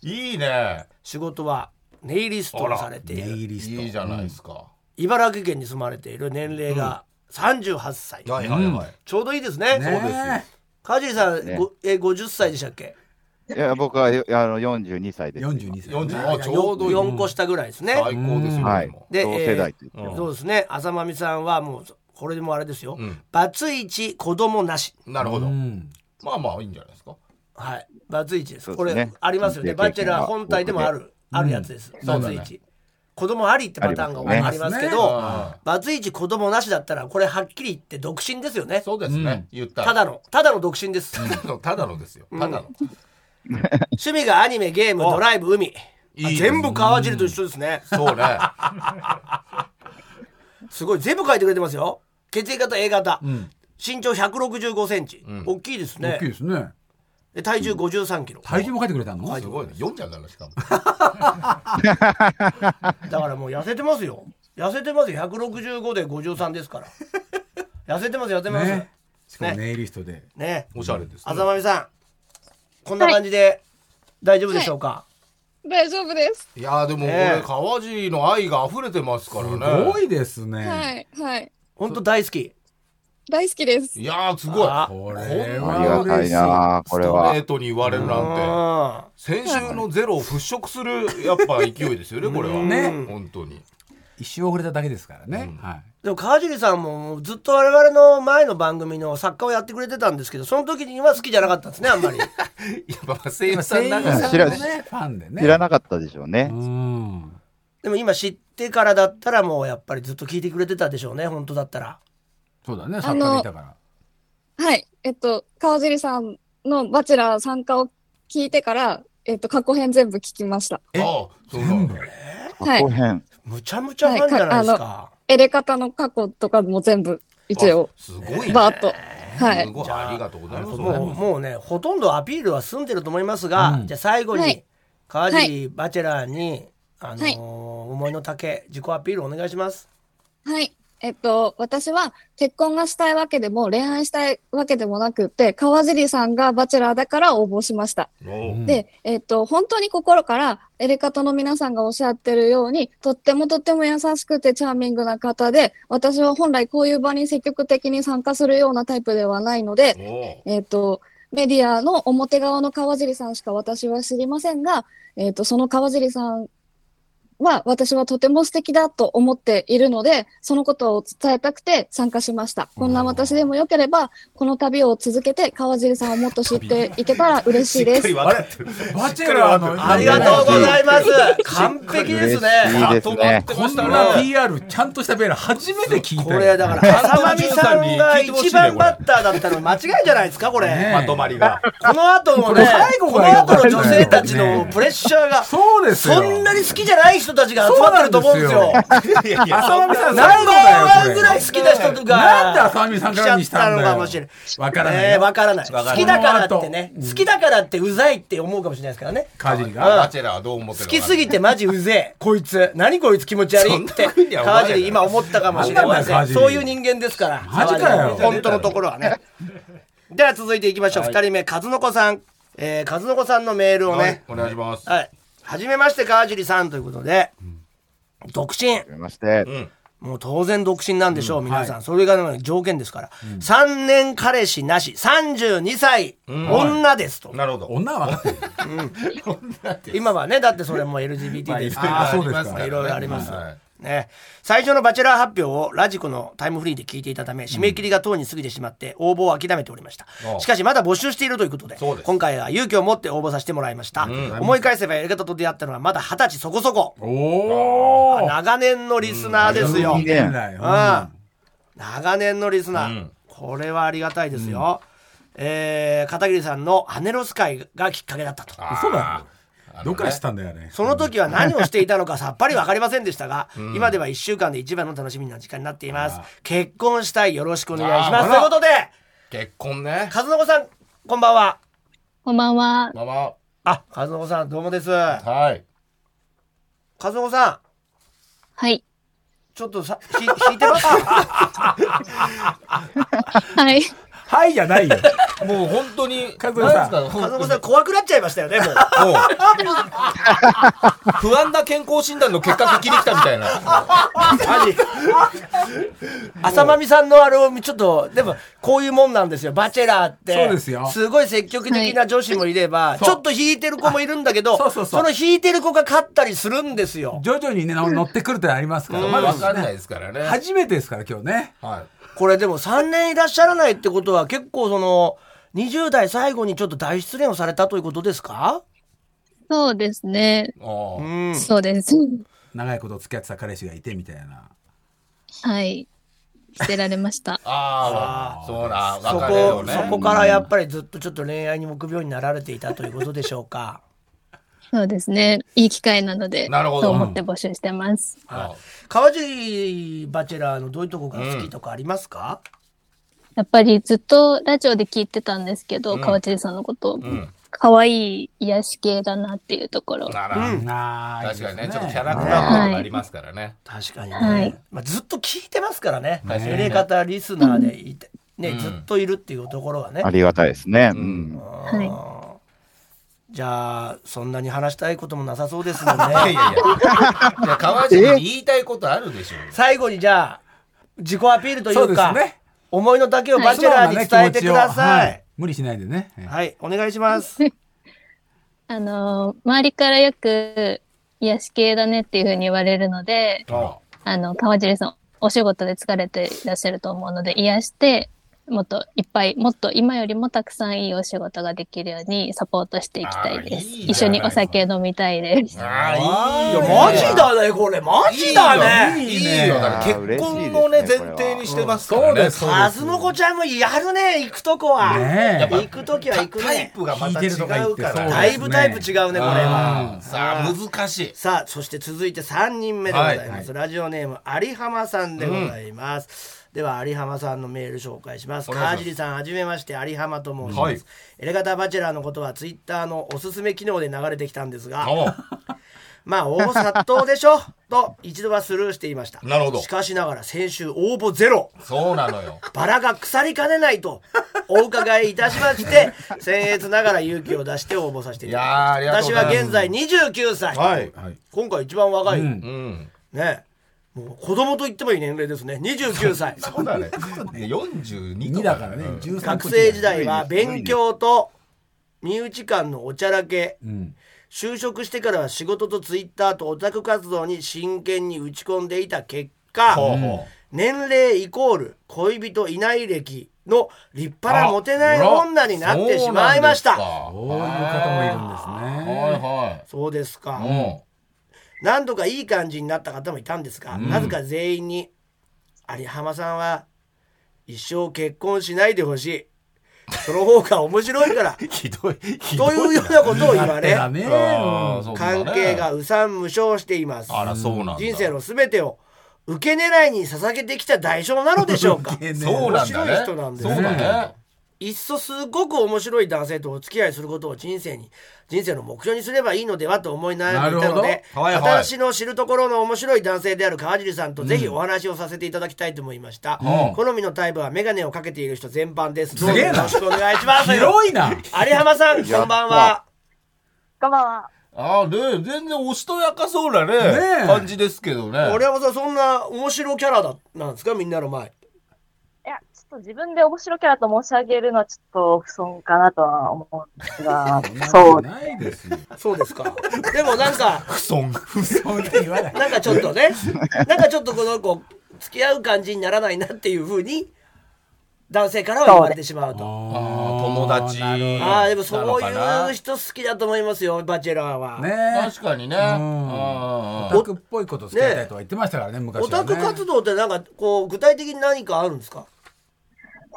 Speaker 2: いいね
Speaker 1: 仕事はネイリストをされてい
Speaker 4: え
Speaker 1: る
Speaker 4: イギリス
Speaker 2: いいじゃないですか、
Speaker 1: 茨城県に住まれている年齢が38歳、
Speaker 2: はいはいはい、
Speaker 1: ちょうどいいですね
Speaker 4: ねえ
Speaker 1: 川尻さん、
Speaker 5: ね
Speaker 1: ごえ50歳でしたっけ
Speaker 5: いや僕はよあの42歳です。
Speaker 4: 42歳
Speaker 2: 40あちょうどいい
Speaker 1: 4個下ぐらいですね、
Speaker 2: 最高ですよ、
Speaker 5: は
Speaker 2: はいい、。
Speaker 1: で
Speaker 5: 同世代と言って
Speaker 1: そうですね浅間美さんはもうこれでもあれですよ、
Speaker 2: ん
Speaker 1: バツイチ子供なし
Speaker 2: なるほど、
Speaker 4: うん
Speaker 2: まあまあいいんじゃないですか
Speaker 1: はいバツイチです
Speaker 5: そう
Speaker 1: こ
Speaker 5: ですね
Speaker 1: れありますよね
Speaker 5: 人生経験が
Speaker 1: バチェラー本体でもあるあるやつです、バツイチ、子供ありってパターンが
Speaker 5: あり
Speaker 1: あ
Speaker 5: ま
Speaker 1: り
Speaker 5: す
Speaker 4: ね
Speaker 1: ますけど
Speaker 2: あ
Speaker 1: バツイチ子供なしだったらこれはっきり言って独身ですよね
Speaker 2: そうですね、言ったら
Speaker 1: ただのただの独身です
Speaker 2: ただのただのですよただの、
Speaker 1: 趣味がアニメゲームドライブ海
Speaker 2: いいですね
Speaker 1: 全部川尻と一緒ですね
Speaker 2: そうね
Speaker 1: すごい全部書いてくれてますよ血液型 A 型、身長1 6 5センチ、大きいですね
Speaker 4: 大きいですね
Speaker 1: で体重5 3キロ、
Speaker 4: 体重も書いてくれたの
Speaker 2: すごいね読んじゃうからしかも
Speaker 1: だからもう痩せてますよ。痩せてますよ。165で53ですから。痩せてます、痩せてます。ね
Speaker 4: ねしかもネイリストで
Speaker 2: おしゃれです、
Speaker 1: あざまみさん、こんな感じで大丈夫でしょうか、
Speaker 6: 大丈夫です。
Speaker 2: いやーでもこ
Speaker 1: ね
Speaker 2: れ
Speaker 1: え
Speaker 2: 川尻の愛が溢れてますから
Speaker 4: す
Speaker 2: ね
Speaker 4: ごいですね
Speaker 6: はい、はい。
Speaker 1: ほんと大好き。
Speaker 6: 大好きです。
Speaker 2: いやーすごい
Speaker 1: あ
Speaker 4: こ
Speaker 2: れ
Speaker 4: れ
Speaker 5: ありが
Speaker 4: は
Speaker 5: た
Speaker 4: 嬉
Speaker 5: い
Speaker 4: しい
Speaker 5: なあこれ
Speaker 2: ストレ
Speaker 5: は
Speaker 2: ー。トに言われるなんて
Speaker 1: う
Speaker 2: 先週のゼロを払拭するやっぱ勢いですよねこれは
Speaker 4: ね
Speaker 2: 本当に
Speaker 4: 一周遅れただけですからねはい
Speaker 1: ん。でも川尻さんもずっと我々の前の番組の作家をやってくれてたんですけど、その時には好きじゃなかったんですね、あんま り。
Speaker 2: やっぱ声優さん
Speaker 4: 声優
Speaker 2: な
Speaker 4: さ
Speaker 2: んか
Speaker 4: んの
Speaker 5: 知らず
Speaker 4: ねファンでね
Speaker 5: 知らなかったでしょうね
Speaker 4: う。ん
Speaker 1: でも今知ってからだったらもうやっぱりずっと聞いてくれてたでしょうね、本当だったら。
Speaker 4: そうだね作家でいたから
Speaker 6: はい。えっと、川尻さんのバチェラー参加を聞いてから、えっと、過去編全部聞きました。
Speaker 2: ああそうなんだ
Speaker 6: は
Speaker 5: 後
Speaker 6: い。
Speaker 5: 編。
Speaker 1: むちゃむちゃファンじゃないですか。
Speaker 6: エレカタの過去とかも全部、一応、
Speaker 2: すごいね
Speaker 6: バーッと。は
Speaker 2: す
Speaker 6: い。
Speaker 2: ごいありがとうございます
Speaker 1: もうもうねほとんどアピールは済んでると思いますが、
Speaker 4: うん
Speaker 1: じゃあ最後に、
Speaker 6: はい
Speaker 1: 川尻バチェラーに、あのー
Speaker 6: はい
Speaker 1: 思いの丈自己アピールお願いします。
Speaker 6: はい。えっと、私は結婚がしたいわけでも、恋愛したいわけでもなくて、川尻さんがバチェラーだから応募しました。
Speaker 2: おう
Speaker 6: で、えっ、と、本当に心から、エレカタの皆さんがおっしゃってるように、とってもとっても優しくてチャーミングな方で、私は本来こういう場に積極的に参加するようなタイプではないので、
Speaker 2: お
Speaker 6: えっ、と、メディアの表側の川尻さんしか私は知りませんが、えっ、と、その川尻さんは私はとても素敵だと思っているので、そのことを伝えたくて参加しました。こんな私でもよければ、この旅を続けて川尻さんをもっと知っていけたら嬉しいで
Speaker 2: 分
Speaker 6: す。
Speaker 2: かってる
Speaker 4: バチェラーの
Speaker 1: ありがとうございます。完璧ですね。
Speaker 5: 嬉しいですね。
Speaker 4: こんな PR ちゃんとしたベル初めて聞いたよ
Speaker 1: これだから浅間美さんが一番バッターだったの間違いじゃないですかこれ。
Speaker 4: ね
Speaker 2: まとまりが
Speaker 1: この後の
Speaker 4: こ
Speaker 1: ね
Speaker 4: れ最後
Speaker 1: こ
Speaker 4: が
Speaker 1: の
Speaker 4: よか
Speaker 1: 後
Speaker 4: っ
Speaker 1: の
Speaker 4: たよ
Speaker 1: 女性たちのプレッシャーが
Speaker 4: そうですよ
Speaker 1: そんなに好きじゃない人人たちが集まってると思うんですよ。
Speaker 2: いや
Speaker 4: 浅見さん、
Speaker 1: ナンバーワンぐらい
Speaker 4: 好
Speaker 1: 好きな人とか。
Speaker 4: なんで浅見さんからに
Speaker 1: 来
Speaker 4: し
Speaker 1: ちゃった
Speaker 4: ん
Speaker 1: たの
Speaker 4: だ
Speaker 1: か
Speaker 4: よ。
Speaker 1: もしれない。
Speaker 4: わからない
Speaker 1: ね
Speaker 4: よ。
Speaker 1: わからない。
Speaker 2: わから
Speaker 1: 好
Speaker 2: ない
Speaker 1: きだからってね。好きだからってうざいって思うかもしれないですからね。
Speaker 4: カジリ
Speaker 2: あ
Speaker 4: が。
Speaker 2: バチェラーはどう思って
Speaker 1: 好
Speaker 2: るの
Speaker 1: きすぎてマジうぜえ。こいつ。何こいつ気持ち悪いっ
Speaker 2: そん
Speaker 1: て
Speaker 2: なふうには。思わない
Speaker 1: 川尻今思ったかもしれま
Speaker 4: なんなんだよ
Speaker 1: せ
Speaker 4: 川
Speaker 1: ん。
Speaker 4: 尻
Speaker 1: そういう人間ですから。
Speaker 4: マジかよ
Speaker 1: 本当のところはね。では続いていきましょう。二人目、和の子さん。えー和の子さんのメールを
Speaker 2: はい
Speaker 1: ね。
Speaker 2: お願いします。
Speaker 1: はい。はじめまして川尻さんということで。独身。
Speaker 5: めまして。
Speaker 1: もう当然独身なんでしょう、皆さん、それがね条件ですから、3年彼氏なし32歳、女ですと、
Speaker 2: なるほど。
Speaker 4: 女は分かってる。
Speaker 1: 今はねだってそれも LGBT ですから、
Speaker 4: あーそうですか
Speaker 1: まあいろいろあります、
Speaker 2: はい
Speaker 1: ね、最初の「バチェラー」発表をラジコのタイムフリーで聞いていたため締め切りがとうに過ぎてしまって応募を諦めておりました、
Speaker 2: ああ
Speaker 1: しかしまだ募集しているということで
Speaker 2: そうです
Speaker 1: 今回は勇気を持って応募させてもらいました、思い返せばやり方と出会ったのはまだ二十歳そこそこ
Speaker 4: おー。
Speaker 1: 長年のリスナーですよ、
Speaker 5: うん
Speaker 4: いいんだよ
Speaker 1: うん、長年のリスナー、
Speaker 2: うん
Speaker 1: これはありがたいですよ、えー片桐さんの「ハネロス会」がきっかけだったと
Speaker 2: あー
Speaker 4: 嘘だ
Speaker 2: あのね
Speaker 4: どっから知ったんだよね。
Speaker 1: その時は何をしていたのかさっぱり分かりませんでしたが、今では1週間で一番の楽しみな時間になっています結婚したいよろしくお願いしま
Speaker 2: あ
Speaker 1: す
Speaker 2: ー
Speaker 1: ということで
Speaker 2: 結婚ね。
Speaker 1: 和の子さんこんばんは
Speaker 7: こんばんは。
Speaker 2: ママ。
Speaker 1: あ和の子さんどうもです和
Speaker 2: はい。
Speaker 1: の子さん
Speaker 7: はい。
Speaker 1: ちょっとさひ引いてます
Speaker 7: はい。
Speaker 4: はいじゃないよ。
Speaker 2: もう本当に。
Speaker 4: 和也さん
Speaker 2: なんです
Speaker 1: 和
Speaker 2: か
Speaker 1: の子さん怖くなっちゃいましたよねもう
Speaker 2: もう不安な健康診断の結果が聞きに来たみたいな。
Speaker 1: マジ浅間美さんのあれをちょっとでもこういうもんなんですよバチェラーって
Speaker 4: そうですよ
Speaker 1: ごい積極的な女子もいれば、
Speaker 4: い
Speaker 1: ちょっと引いてる子もいるんだけど
Speaker 4: あそうそうそう
Speaker 1: の引いてる子が勝ったりするんですよ
Speaker 4: 徐々にね、乗ってくるってのありますから。ま
Speaker 2: わか
Speaker 4: だ
Speaker 2: んないですからね。はい。
Speaker 4: 初めてですから、今日ね。
Speaker 1: これでも3年いらっしゃらないってことは結構その20代最後にちょっと大失恋をされたということですか
Speaker 7: そうですね。
Speaker 2: お
Speaker 1: う
Speaker 2: ー
Speaker 1: ん
Speaker 7: そうです。
Speaker 4: 長いこと付き合ってた彼氏がいてみたいな。
Speaker 7: はい。捨てられました。
Speaker 2: ああ、そうな、
Speaker 1: そ
Speaker 2: 別れ
Speaker 1: こ
Speaker 2: をね。
Speaker 1: そこからやっぱりずっとちょっと恋愛に目標になられていたということでしょうか
Speaker 7: そうですね。いい機会なので、
Speaker 2: なるほど
Speaker 7: と思って募集してます。
Speaker 2: あ
Speaker 1: 川尻バチェラーのどういうとこが好きとかありますか、
Speaker 7: やっぱりずっとラジオで聞いてたんですけど、川尻さんのこと、可愛い癒し系だなっていうところ。
Speaker 2: なら、
Speaker 4: あー
Speaker 2: 確かに
Speaker 4: い
Speaker 2: ね、
Speaker 4: いで
Speaker 2: ちょっ
Speaker 4: す
Speaker 2: とキャラクター感がありますからね。
Speaker 1: 確かにね、
Speaker 7: はい
Speaker 1: まあ、ずっと聞いてますからね入れ方リスナーでいて、ね、ずっといるっていうところがね、
Speaker 5: ありがたいですね。うん。
Speaker 7: はい。
Speaker 1: じゃあそんなに話したいこともなさそうですもん
Speaker 2: いやい
Speaker 1: ね
Speaker 2: やいや。いや、川尻に言いたいことあるでしょ。
Speaker 1: 最後にじゃあ自己アピールとい
Speaker 4: そう
Speaker 1: う
Speaker 4: で
Speaker 1: か
Speaker 4: すね。
Speaker 1: 思いの丈をバチェラーに伝えてください、
Speaker 4: は無理しないでね。
Speaker 1: はい、お願いします
Speaker 7: あのー周りからよく癒し系だねっていうふうに言われるので、
Speaker 2: あ
Speaker 7: あの、川尻さん、お仕事で疲れていらっしゃると思うので、癒して、もっといっぱい、もっと今よりもたくさんいいお仕事ができるようにサポートしていきたいです。
Speaker 2: あーいいじゃない
Speaker 7: 一緒にお酒飲みたいです。
Speaker 2: あ、いい
Speaker 1: い
Speaker 2: よ
Speaker 1: やマ
Speaker 2: ね。
Speaker 1: ジだねこれマジだね
Speaker 2: いいよ。だから
Speaker 5: あー
Speaker 2: 結婚をね、
Speaker 5: 嬉し
Speaker 2: 前
Speaker 5: いですねこれは
Speaker 2: 提にしてますからね。
Speaker 4: そうです
Speaker 1: カズノコちゃんもやるね行くとこは、
Speaker 4: ねえ
Speaker 1: 行くときは行く
Speaker 2: タイ
Speaker 1: ね
Speaker 2: プがまた
Speaker 4: 聞い
Speaker 2: 違
Speaker 4: てるとか言
Speaker 2: う
Speaker 4: って
Speaker 2: から
Speaker 4: そう
Speaker 2: ね。
Speaker 1: だいぶタイプ違うねこれは
Speaker 2: あーさあ、難しい。
Speaker 1: さあそして続いて3人目でございます、ラジオネーム有浜さんでございます、では有浜さんのメール紹介します
Speaker 2: お願いします
Speaker 1: 川尻さんはじめまして有浜と申します、
Speaker 2: はい
Speaker 1: エレガタバチェラーのことはツイッターのおすすめ機能で流れてきたんですが
Speaker 2: おう
Speaker 1: まあ応募殺到でしょ と一度はスルーしていました
Speaker 2: なるほど
Speaker 1: しかしながら先週応募ゼロ
Speaker 2: そうなのよ。
Speaker 1: バラが腐りかねないとお伺いいたしまして 僭越ながら勇気を出して応募させていただきました
Speaker 2: いやーありがとう
Speaker 1: 私
Speaker 2: ござい
Speaker 1: は
Speaker 2: ます
Speaker 1: 現在29歳、
Speaker 2: はい。
Speaker 1: 今回一番若い、
Speaker 2: うん。
Speaker 1: ねもう子供と言ってもいい年齢ですね29歳
Speaker 2: そうだね。42
Speaker 4: 2だからね、13
Speaker 1: 学生時代は勉強と身内間のおちゃらけ、就職してからは仕事とツイッターとオタク活動に真剣に打ち込んでいた結果、
Speaker 2: ほうほ
Speaker 1: 年齢イコール恋人いない歴の立派なモテない女になってしまいましたそう
Speaker 2: そ
Speaker 4: こういう方もいるん
Speaker 2: う
Speaker 4: です
Speaker 2: なんです
Speaker 4: ね。
Speaker 2: かはいはい。
Speaker 1: ですか、
Speaker 2: も
Speaker 1: 何度かいい感じになった方もいたんですが、なぜか全員に有浜さんは一生結婚しないでほしいその方が面白いから
Speaker 2: ひどい、ひ
Speaker 1: と
Speaker 2: どい。
Speaker 1: いうようなことを今ね
Speaker 4: だね。
Speaker 2: あーそうだね
Speaker 1: 関係がうさん無償しています
Speaker 2: あら、そうなんだ。
Speaker 1: 人生のすべてを受け狙いに捧げてきた代償なのでしょうか
Speaker 2: そうな
Speaker 1: 面
Speaker 2: んだね。
Speaker 1: 白い人なんですね
Speaker 2: そうだね。
Speaker 1: いっそすごく面白い男性とお付き合いすることを人生に人生の目標にすればいいのではと思い悩んでいたの
Speaker 4: なる
Speaker 1: で、
Speaker 2: ほどはいはい
Speaker 1: 私の知るところの面白い男性である川尻さんとぜひお話をさせていただきたいと思いました、
Speaker 2: うん
Speaker 1: 好みのタイプは眼鏡をかけている人全般です
Speaker 4: すげえ
Speaker 1: どうぞよ
Speaker 4: な
Speaker 1: ろしくお願いします
Speaker 4: 広いな。
Speaker 1: 有浜さんこんばんは
Speaker 6: こんばんは。
Speaker 2: ああ、ね、全然おしとやかそうな
Speaker 4: ね
Speaker 2: ね、
Speaker 4: え、
Speaker 2: 感じですけどね。
Speaker 1: 有浜さんそんな面白キャラだなんですかみんなの前
Speaker 7: いや、ちょっと自分で面白キャラと申し上げるのはちょっと不損かなとは思うんで すがそう。
Speaker 4: ないですよ。
Speaker 1: そうですかでもなんか
Speaker 2: 不損。不損。
Speaker 4: そんな言わない。
Speaker 1: なんかちょっとねなんかちょっとこの子付き合う感じにならないなっていうふうに男性からは言われてしまうと
Speaker 2: 友達。
Speaker 4: なるほど
Speaker 1: ああでもそう
Speaker 2: なのか
Speaker 1: いう
Speaker 2: な
Speaker 1: 人好きだと思いますよバチェラーは、
Speaker 4: ね
Speaker 2: 確かにね。
Speaker 4: え。う。
Speaker 2: うん
Speaker 4: オ
Speaker 2: ん
Speaker 4: タクっぽいこと付き合いたいとは言ってましたからね、昔
Speaker 1: オ
Speaker 4: はね。
Speaker 1: タク活動ってなんかこう具体的に何かあるんですか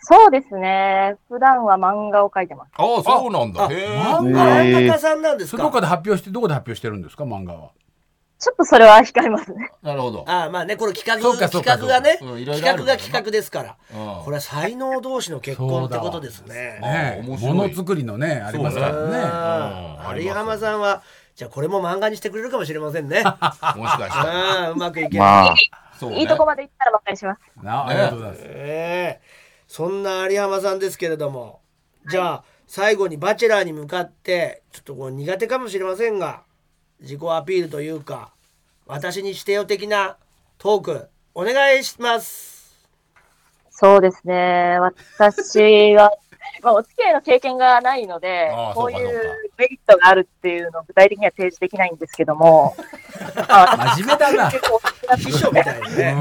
Speaker 7: そうですね。普段は漫画を描いてます。
Speaker 2: ああ、そうなんだ。へえ。
Speaker 4: 漫
Speaker 5: え
Speaker 4: 画
Speaker 5: ー
Speaker 1: 漫画家さんなんです
Speaker 4: そ
Speaker 1: か
Speaker 4: れどこかで発表して、どこで発表してるんですか、漫画は。
Speaker 7: ちょっとそれは控えますね。
Speaker 2: なるほど。
Speaker 1: ああまあねこれ企
Speaker 4: そう
Speaker 1: 画
Speaker 4: かそう
Speaker 1: 企
Speaker 4: か
Speaker 1: 画がね、
Speaker 2: そうかうんいろい
Speaker 1: 企
Speaker 2: ろあ
Speaker 1: 画が
Speaker 2: る
Speaker 1: 企画ですから、
Speaker 2: うん
Speaker 1: これは才能同士の結婚ってことですね
Speaker 2: あ
Speaker 4: ねえ。
Speaker 2: 面
Speaker 4: も
Speaker 2: 白い
Speaker 4: のづくりのね、ありますか
Speaker 1: うん
Speaker 4: らね。
Speaker 2: うんあります
Speaker 1: 有浜さんはじゃあこれも漫画にしてくれるかもしれませ んね
Speaker 2: もしかしたら。
Speaker 1: ああうまくいけば
Speaker 5: まあ、
Speaker 2: そうね
Speaker 7: いいとこまで行ったらばっかりします。
Speaker 4: なありがとうございます。
Speaker 1: ええそんな有浜さんですけれどもじゃあ最後に「バチェラー」に向かってちょっとこう苦手かもしれませんが自己アピールというか私にしてよ的なトークお願いします。
Speaker 7: そうですね。私は、 まあ、お付き合いの経験がないので
Speaker 2: ああ、そう
Speaker 7: こう
Speaker 2: か
Speaker 7: い
Speaker 2: そうか
Speaker 7: うメリットがあるっていうのを具体的には提示できないんですけど も、まあ
Speaker 4: 真面目だな。
Speaker 7: 結構
Speaker 1: 秘書みたいな ね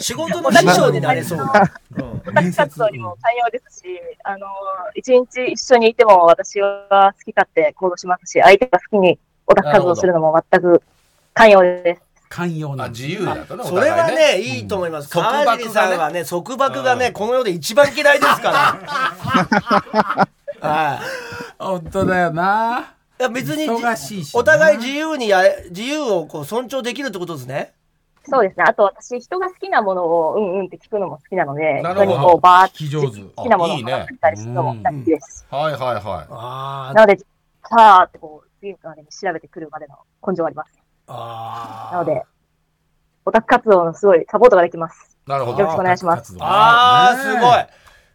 Speaker 1: 仕事の秘書になれそうな、うん
Speaker 4: 面
Speaker 7: 活動にも寛容ですし、あの、一日一緒にいても私は好き勝手行動しますし、相手が好きにオタク活動するのも全く寛容です。
Speaker 4: 寛容
Speaker 2: あ
Speaker 4: な。
Speaker 2: 自由だとね。
Speaker 1: それ
Speaker 2: お
Speaker 1: は
Speaker 2: 互い
Speaker 1: ねいいと思います、
Speaker 2: 束縛がね
Speaker 1: 川尻さんはね束縛がねこの世で一番嫌いですから、はい、
Speaker 4: 本当だよな。
Speaker 1: いや別にじ
Speaker 4: 忙しいしな
Speaker 1: お互い自由にや自由をこう尊重できるってことですね。
Speaker 7: そうですね。あと私、人が好きなものをうんうんって聞くのも好きなので、
Speaker 2: なるほど
Speaker 7: 人にこうバーっ
Speaker 4: 聞き上手。
Speaker 7: 好きなものを
Speaker 2: いいね
Speaker 7: 話したりするのも好きです。
Speaker 2: はいはいはい。
Speaker 1: あ
Speaker 7: なので、さーってこう、次までに調べてくるまでの根性はあります。
Speaker 1: あ
Speaker 7: なので、オタク活動のすごいサポートができます。
Speaker 2: なるほ
Speaker 7: よろしくお
Speaker 2: ど。
Speaker 7: 願いします。
Speaker 1: あー
Speaker 4: ねえ
Speaker 1: すごい。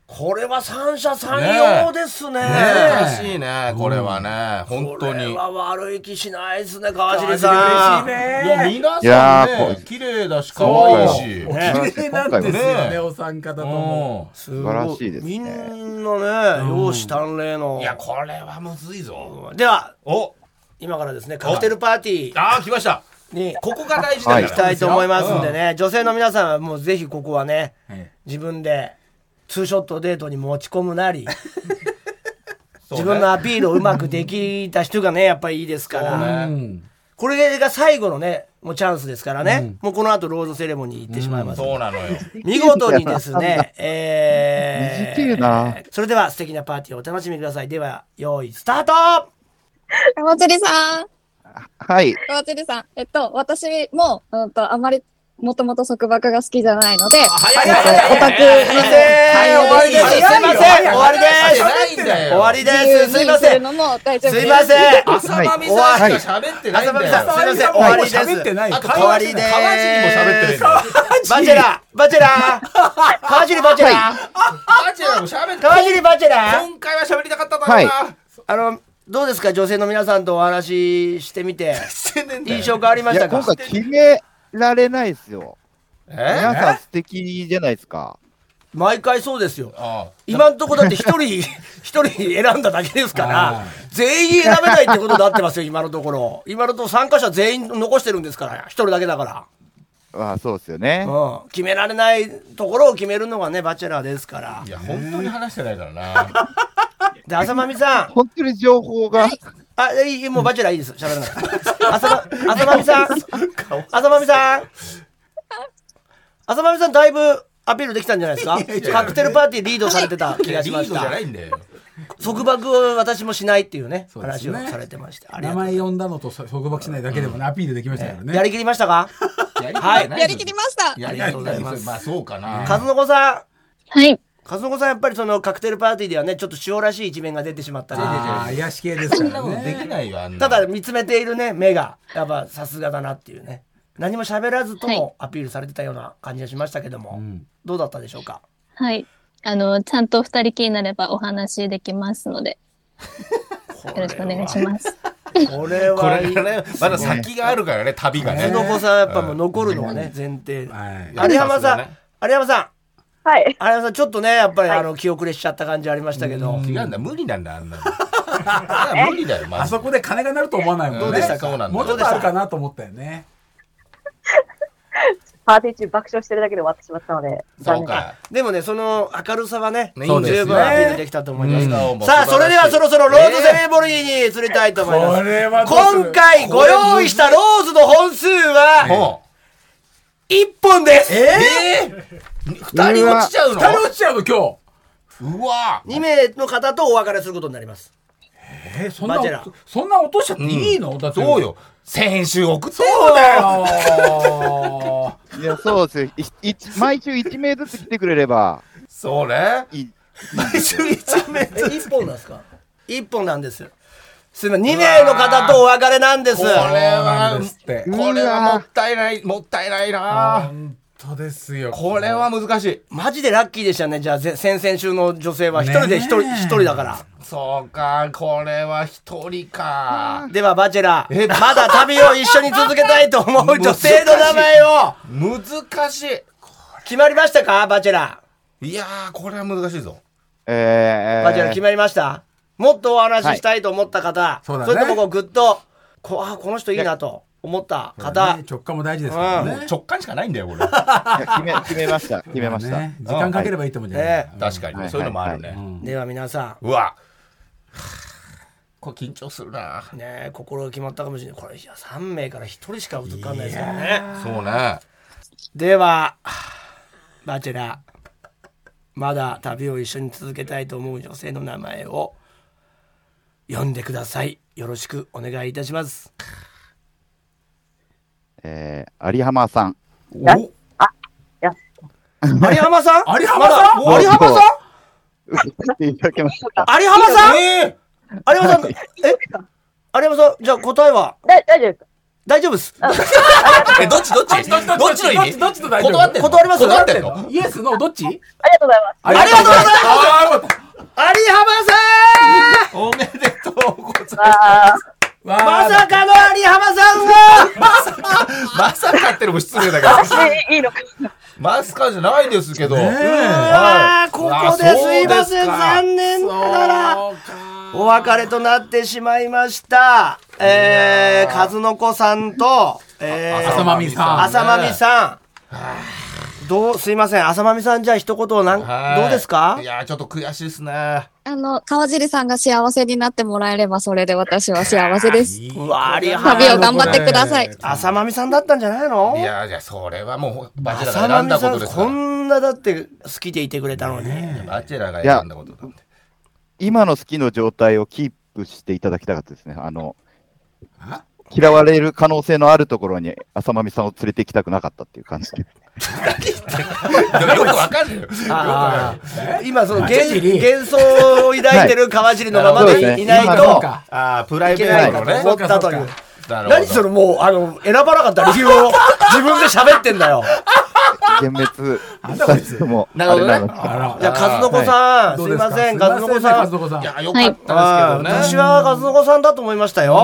Speaker 1: これは三者三様ですね。
Speaker 2: 難しいね、これはね。本当
Speaker 1: これ
Speaker 2: に。
Speaker 1: は悪い気しないですね、川尻さん。
Speaker 2: いや、皆
Speaker 5: いや
Speaker 2: さん
Speaker 5: ー
Speaker 2: ね
Speaker 5: こ、
Speaker 2: 綺麗だし、可愛いし。
Speaker 1: ね
Speaker 4: 綺麗なんですよ
Speaker 2: ね
Speaker 4: ね、お参加だと思
Speaker 2: う
Speaker 1: 素
Speaker 5: 晴らしいですね
Speaker 1: みんなね、容姿端麗の
Speaker 2: ん。い。や、これはむずいぞ。
Speaker 1: では、
Speaker 2: お
Speaker 1: 今からですね、カクテルパーティー
Speaker 2: ああ、来ました。
Speaker 1: に
Speaker 2: ここが大事だ
Speaker 5: はい
Speaker 1: 行き
Speaker 2: か
Speaker 1: た
Speaker 2: ら。
Speaker 1: いと思いますんでね、女性の皆さんはもうぜひここはね、
Speaker 4: う。え
Speaker 1: 自分でツーショットデートに持ち込むなり。
Speaker 2: そう
Speaker 1: 自
Speaker 2: ね
Speaker 1: 分のアピールをうまくできた人がね、やっぱりいいですから、
Speaker 2: そうね
Speaker 4: えうん。
Speaker 1: これが最後のね、もうチャンスですからね、もうこの後ロードセレモニー行ってしまいます。
Speaker 2: そうなのよ。
Speaker 1: 見事にですね、え
Speaker 5: 短えな
Speaker 1: それでは素敵なパーティーをお楽しみください。では、用意スタート
Speaker 6: 川尻さん。
Speaker 5: はい。
Speaker 6: 川尻さん。えっと、私も、うんと、あまり、もともと束縛が好きじゃないので、
Speaker 1: 早い
Speaker 6: オタクの
Speaker 1: 早い終わりです。すいません終わり
Speaker 2: 早いん
Speaker 1: です
Speaker 2: だ
Speaker 1: 終
Speaker 2: よ。
Speaker 1: わりで
Speaker 6: 自
Speaker 1: すす
Speaker 6: 由
Speaker 1: い
Speaker 6: に
Speaker 1: ますせ
Speaker 6: る
Speaker 1: ん
Speaker 6: のも大丈夫
Speaker 1: す
Speaker 6: です。
Speaker 1: いません
Speaker 2: 浅間美さんしか喋ってないんだ
Speaker 1: はい浅間美さ。んす
Speaker 2: よ
Speaker 1: いません終わりです
Speaker 4: 喋ってないよ
Speaker 2: あと
Speaker 1: 変わりです
Speaker 2: 川尻も喋ってないんだよ。
Speaker 1: バチェラーバチェラー川尻バチェラー
Speaker 2: 川尻も喋って
Speaker 1: 川
Speaker 2: ない。
Speaker 1: 尻バチェラー
Speaker 2: 今回は喋りたかっただろう
Speaker 5: は
Speaker 2: な。
Speaker 1: あのどうですか女性の皆さんとお話ししてみ て印象変わりま
Speaker 5: い
Speaker 1: し
Speaker 5: や、
Speaker 1: たか
Speaker 5: 今回決められないですよ。
Speaker 2: え
Speaker 5: 皆さん素敵じゃないですか。
Speaker 1: 毎回そうですよ
Speaker 2: あ
Speaker 1: 今んとこだって一人 一人選んだだけですから全員選べないってことになってますよ今のところ今のところ参加者全員残してるんですから一人だけだか
Speaker 5: ああ、そうですよ
Speaker 1: ら、。
Speaker 5: ね
Speaker 1: うん、決められないところを決めるのがねバチェラーですから
Speaker 2: あ。いや、本当に話してないからな。
Speaker 1: で浅間美さん
Speaker 5: 本当に情報が、
Speaker 1: あいいもうバチェラーいいです喋らなくて浅間浅間美さん浅間美さん浅間美さんだいぶアピールできたんじゃないですかカクテルパーティーリードされてた
Speaker 2: い
Speaker 1: 気
Speaker 2: や
Speaker 1: がし
Speaker 2: リード
Speaker 1: ま
Speaker 2: じ
Speaker 1: し
Speaker 2: ゃ
Speaker 1: た
Speaker 2: ないんだよ
Speaker 1: 束縛を私もしないっていうね
Speaker 3: そうです
Speaker 1: 話
Speaker 3: ね
Speaker 1: をされてましたあり
Speaker 3: 名
Speaker 1: がとう
Speaker 3: 前呼んだのとそ束縛しないだけでもね、アピールできましたからね。
Speaker 1: やりきりましたかはい
Speaker 6: やりきりました。
Speaker 2: や
Speaker 1: あり
Speaker 2: り
Speaker 1: が
Speaker 2: が
Speaker 1: と
Speaker 2: と
Speaker 1: うご
Speaker 2: うご
Speaker 1: ざ
Speaker 2: ざ
Speaker 1: い
Speaker 2: い
Speaker 1: ま
Speaker 2: ますすまあそうかな
Speaker 1: 和の子さん
Speaker 6: はい。
Speaker 1: 和の子さんやっぱりそのカクテルパーティーではねちょっと塩らしい一面が出てしまったり
Speaker 3: ああ、癒し系ですからね。
Speaker 2: できないよあんな
Speaker 1: ただ見つめているね目がやっぱさすがだなっていうね何も喋らずともアピールされてたような感じがしましたけども、どうだったでしょうか
Speaker 8: はい。あの、ちゃんと二人きりになればお話できますので、よろしくお願いします。
Speaker 1: これ
Speaker 2: こ
Speaker 1: は
Speaker 2: れ
Speaker 1: い
Speaker 2: が
Speaker 1: い
Speaker 2: ねまだ先があるからね旅が
Speaker 1: 和
Speaker 2: ね
Speaker 1: の子さんやっぱもう残るのはね前提
Speaker 3: はい。
Speaker 1: 有山さん
Speaker 2: さす
Speaker 1: 有山さん
Speaker 7: はい。
Speaker 1: 有山さんちょっとねやっぱり
Speaker 7: はい
Speaker 1: あの気遅れしちゃった感じありましたけど
Speaker 2: 違うんだ無理なんだあんなのあれは無理だよ
Speaker 3: あ
Speaker 2: マジ
Speaker 3: そこで金が鳴ると思わないもんね。
Speaker 2: どうでしたかそうなんだ
Speaker 3: もうちょっとあるかなと思ったよね。
Speaker 7: パーティー中爆笑してるだけで終わってしまったので、残
Speaker 2: そう
Speaker 7: 念
Speaker 2: か
Speaker 1: でもねその明るさはね
Speaker 2: ね
Speaker 1: 十
Speaker 2: そう
Speaker 1: 分
Speaker 2: ですね
Speaker 1: アピールできたと思います、
Speaker 2: うん
Speaker 1: さあそれではそろそろローズセレモニーに移りたいと思います、
Speaker 3: これはどうする
Speaker 1: 今回ご用意したローズの本数は
Speaker 2: も
Speaker 1: 1本です、
Speaker 2: う二人落ちちゃうの
Speaker 3: 二人落ちちゃうの今
Speaker 2: うわ
Speaker 1: 2名の方とお別れすることになります
Speaker 3: 日。え、そん
Speaker 1: バ
Speaker 3: な
Speaker 1: チェラー、
Speaker 3: そんな落としちゃっていいのだって。
Speaker 2: どうよ先週送って
Speaker 3: そうだよ。
Speaker 5: いや、そうですよ。い一毎週1名ずつ来てくれれば
Speaker 2: そうね
Speaker 5: いい。
Speaker 2: 毎週1名
Speaker 1: え1本なんですか1本なんですすいません2名の方とお別れなんです
Speaker 2: これ
Speaker 3: そうな
Speaker 2: は
Speaker 3: んですって
Speaker 2: これはもったいないもったいな いな
Speaker 3: 本当ですよ。
Speaker 2: これは難しい
Speaker 1: マジでラッキーでしたねじゃあぜ先々週の女性は1人で1人
Speaker 3: ねえ
Speaker 1: 一人だから
Speaker 2: そうかこれは一人か
Speaker 1: ではバチェラーまだ旅を一緒に続けたいと思う女性の名前を
Speaker 2: 難し
Speaker 1: 決まりましたかバチェラ
Speaker 2: いいやーこれは難しいぞ
Speaker 1: ー
Speaker 5: えー、
Speaker 1: バチェラー決まりましたもっとお話ししたいと思った方、
Speaker 3: そうだね
Speaker 1: れともこうグッとこあこの人いいなと思った方、
Speaker 3: ね直感も大事ですから
Speaker 2: もう
Speaker 3: ね。
Speaker 2: 直感しかないんだよこれ
Speaker 5: いや決め決めました。決めました。
Speaker 3: ね時間かければいいと思うんじゃない
Speaker 1: ね
Speaker 2: 確かに、
Speaker 5: はい
Speaker 2: そういうのもあるね、
Speaker 5: はいは
Speaker 1: では皆さ
Speaker 2: うわこれ緊張するなん
Speaker 1: ねえ心が決まったかもしれないこれいや3名から1人しか浮かんないですからね
Speaker 2: そうね
Speaker 1: ではバチェラーまだ旅を一緒に続けたいと思う女性の名前を呼んでくださいよろしくお願いいたします
Speaker 5: えー、有浜さん。
Speaker 2: お
Speaker 1: 有浜さん
Speaker 3: 有浜さん
Speaker 1: まだ有浜さ
Speaker 5: 来ていただけました。
Speaker 1: ん有浜さん
Speaker 2: え
Speaker 1: 有浜さんえ有浜さんじゃあ答えは
Speaker 7: だ大丈夫ですか
Speaker 1: 大丈夫です
Speaker 2: ー、えどっちどっちどっちどっちの意味
Speaker 3: どっちと大丈夫
Speaker 2: 断ってんの
Speaker 1: 断ります
Speaker 2: 断ってんの
Speaker 3: のイエスのどっちあり
Speaker 7: ありがとうございます。
Speaker 1: りがとうござい
Speaker 3: ま
Speaker 1: ます
Speaker 3: す
Speaker 1: 有浜さ
Speaker 2: おめでとうござい
Speaker 1: ん
Speaker 7: あ
Speaker 1: まさかの有浜さんは
Speaker 2: ますまさかまさかってのも失礼だけど
Speaker 7: あ、 私でいいのか。
Speaker 2: マスカじゃないですけど、
Speaker 1: あ
Speaker 2: は
Speaker 1: ーここですいません
Speaker 2: あそうですか
Speaker 1: 残念ながらお別れとなってしまいました。えー、和の子さんと、えー、
Speaker 3: 浅間美さんね
Speaker 1: 浅間美さん。どう、すいません。浅間美さん、じゃあ一言なん、
Speaker 2: はい
Speaker 1: どうですか
Speaker 2: いやーちょっと悔しいですね
Speaker 6: あの、川尻さんが幸せになってもらえれば、それで私は幸せです。
Speaker 1: うわありゃ
Speaker 6: 旅を頑張ってください。
Speaker 1: 浅間美さんだったんじゃないの
Speaker 2: いやーいやそれはもうバチェラ
Speaker 1: 浅
Speaker 2: が
Speaker 1: 間
Speaker 2: 選ん
Speaker 1: 美さん、
Speaker 2: だことですか
Speaker 1: こ
Speaker 2: ら
Speaker 1: んなだって好きでいてくれたのに。
Speaker 2: バチェラが選んだことだって
Speaker 5: 今の好きの状態をキープしていただきたかったですね。あの、嫌われる可能性のあるところに浅間美さんを連れて行きたくなかったっていう感じで。
Speaker 2: よくわかるよよくわか
Speaker 1: ああ今、その幻
Speaker 3: バチェリ
Speaker 1: 幻想を抱いてる川尻のまま
Speaker 5: はいそうです
Speaker 1: で
Speaker 5: ね
Speaker 1: いない
Speaker 3: そうかそう
Speaker 1: と
Speaker 3: か
Speaker 2: るあープライ
Speaker 1: いけ
Speaker 2: ベ
Speaker 1: ない
Speaker 2: ー
Speaker 1: か
Speaker 2: ト
Speaker 1: と
Speaker 2: のね
Speaker 1: 思ったとい
Speaker 3: そう
Speaker 1: う
Speaker 3: か。
Speaker 2: なるほど
Speaker 1: 何それもう、あの、選ばなかった理由を自分で喋ってんだよ。
Speaker 5: 幻滅した人もあ
Speaker 2: なるほ
Speaker 5: れ
Speaker 2: ど
Speaker 5: なの
Speaker 2: ね
Speaker 5: で。
Speaker 3: あら
Speaker 1: じゃあ、和の子さん、
Speaker 3: ど
Speaker 1: す
Speaker 3: うで
Speaker 1: い
Speaker 3: す
Speaker 1: ま
Speaker 3: か
Speaker 1: せん、和の子さん。
Speaker 3: すいません和
Speaker 2: い
Speaker 3: 子さん
Speaker 2: やーよかった
Speaker 1: はい
Speaker 2: です
Speaker 1: 私
Speaker 2: けどね
Speaker 1: は和の子さんだと思いましたよ。
Speaker 2: い